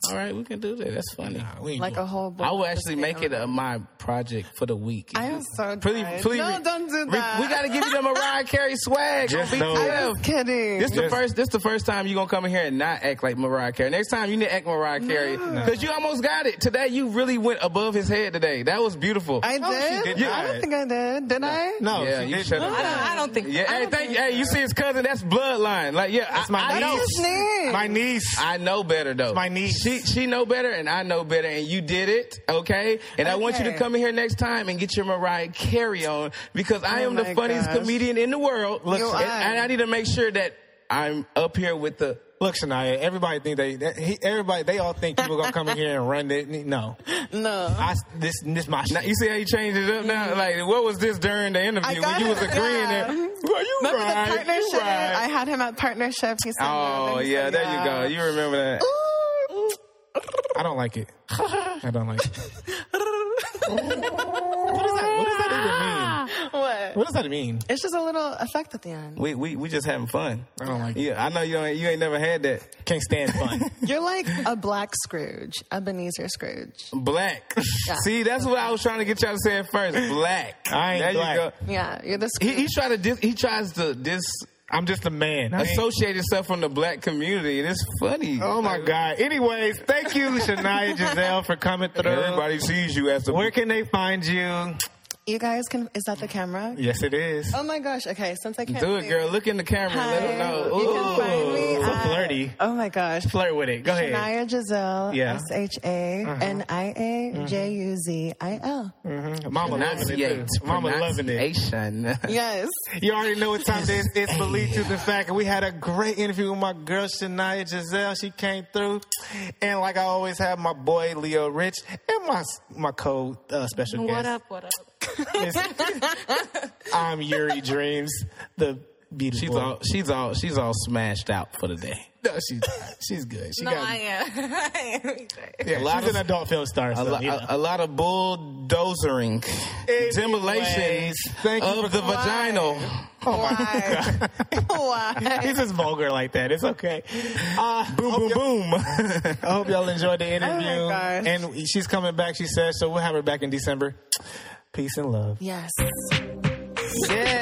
Speaker 1: All right, we can do that. That's funny.
Speaker 2: Nah, we ain't
Speaker 3: like
Speaker 2: doing-
Speaker 3: a whole. bowl
Speaker 1: I will
Speaker 3: of
Speaker 1: actually
Speaker 3: just
Speaker 1: make it
Speaker 3: peanut
Speaker 1: uh, my project for the week.
Speaker 3: M&Ms. I am so
Speaker 1: Please-
Speaker 3: tired.
Speaker 1: please-
Speaker 3: no, don't do
Speaker 1: We-
Speaker 3: that.
Speaker 1: we got to give you the Mariah Carey swag.
Speaker 2: Just
Speaker 1: on
Speaker 2: know-
Speaker 1: BTF.
Speaker 3: I'm just kidding.
Speaker 1: This the
Speaker 2: Yes.
Speaker 1: first. This the first time you gonna come in here and not act like Mariah Carey. Next time you need to act Mariah Carey because you almost got it today. You really went above his head today. That was beautiful.
Speaker 3: I
Speaker 2: No, she
Speaker 3: did.
Speaker 2: did
Speaker 3: I
Speaker 2: not.
Speaker 3: don't think I did. Did I?
Speaker 2: No,
Speaker 1: yeah,
Speaker 2: she
Speaker 1: you
Speaker 2: did
Speaker 1: shut
Speaker 4: I
Speaker 1: up.
Speaker 4: don't, I don't think.
Speaker 1: Yeah, hey, thank you. Hey, you see his cousin? That's bloodline. Like, yeah,
Speaker 2: That's
Speaker 1: I,
Speaker 2: my
Speaker 1: I know.
Speaker 2: niece.
Speaker 3: Niece.
Speaker 2: My niece.
Speaker 1: I know better though.
Speaker 2: my niece.
Speaker 1: She she know better, and I know better, and you did it, okay? And I want you to
Speaker 3: Okay.
Speaker 1: come in here next time and get your Mariah Carey on because I
Speaker 3: Oh
Speaker 1: am the
Speaker 3: my
Speaker 1: funniest
Speaker 3: gosh.
Speaker 1: comedian in the world.
Speaker 3: You
Speaker 1: and,
Speaker 3: are.
Speaker 1: and I need to make sure that I'm up here with the.
Speaker 2: Look, Shania. Everybody think they. That, he, everybody. They all think people gonna come in here and run it. No,
Speaker 3: No.
Speaker 2: I. This. This my.
Speaker 1: Now,
Speaker 2: Shit.
Speaker 1: you see how you changed it up now? Like, what was this during the interview when
Speaker 3: got
Speaker 1: you was
Speaker 3: it,
Speaker 1: agreeing? that
Speaker 3: yeah.
Speaker 1: well, you
Speaker 3: Remember
Speaker 1: right,
Speaker 3: the
Speaker 1: you
Speaker 3: partnership?
Speaker 1: right.
Speaker 3: I had him at partnership. He said,
Speaker 1: oh yeah, there you go. You remember that?
Speaker 2: I don't like it. I don't like it. what, is that, what does that even mean?
Speaker 3: what?
Speaker 2: that.
Speaker 1: What does that mean?
Speaker 3: It's just a little effect at the end.
Speaker 2: We we we just having fun.
Speaker 1: I don't like.
Speaker 2: Yeah, I know you ain't, you ain't never had that.
Speaker 1: Can't stand fun.
Speaker 3: You're like a black Scrooge, Ebenezer Scrooge.
Speaker 2: Black. See, that's what I was trying to get y'all to say at first. Black.
Speaker 1: I ain't
Speaker 2: there
Speaker 1: black.
Speaker 2: you go.
Speaker 3: Yeah, you're the
Speaker 2: He,
Speaker 3: Scrooge.
Speaker 2: he try to dis, he tries to dis
Speaker 1: I'm just a man. I ain't-
Speaker 2: associate himself from the black community. and It's funny.
Speaker 1: oh my god. Anyways, thank you, Shania Giselle, for coming through.
Speaker 2: Everybody sees you as the
Speaker 1: Where can they find you?
Speaker 3: you guys can. Is that the camera?
Speaker 1: Yes, it is.
Speaker 3: Oh my gosh. Okay, since I can't
Speaker 2: do it,
Speaker 3: see-
Speaker 2: girl. Look in the camera.
Speaker 3: Hi.
Speaker 2: Let them know.
Speaker 3: You can find me.
Speaker 1: Ooh, so
Speaker 3: at-
Speaker 1: flirty.
Speaker 3: Oh my gosh.
Speaker 1: Flirt with it. Go ahead.
Speaker 3: Shania Giselle.
Speaker 1: Yeah.
Speaker 3: S H A N I A J U Z I L.
Speaker 1: Uh-huh. Mama loving it. Too. Mama loving it.
Speaker 2: it.
Speaker 3: Yes.
Speaker 1: You already know what time it is. It's Believe Truth and Fact. And we had a great interview with my girl Shania Giselle. She came through. And like I always have my boy Leo Rich and my my co uh, special
Speaker 4: What
Speaker 1: guest.
Speaker 4: up? What up?
Speaker 1: It's- I'm Yuri Dreams, the beautiful.
Speaker 2: She's all she's all she's all smashed out for the day.
Speaker 1: no, she's she's good. She
Speaker 4: No,
Speaker 1: got
Speaker 4: I am. I am.
Speaker 1: yeah,
Speaker 2: lot
Speaker 1: she's
Speaker 2: of-
Speaker 1: an adult film star.
Speaker 2: A,
Speaker 1: So,
Speaker 2: lo-
Speaker 1: you know.
Speaker 2: a, a lot of bulldozering, demolitions
Speaker 1: thank you Oh,
Speaker 2: of the vagina.
Speaker 3: Why? Why?
Speaker 1: He's just vulgar like that. It's okay. Uh,
Speaker 2: Boom, boom, boom.
Speaker 1: I hope y'all enjoyed the interview.
Speaker 3: Oh my gosh.
Speaker 1: and she's coming back, she says, so we'll have her back in December. Peace and love.
Speaker 3: Yes.
Speaker 2: yeah.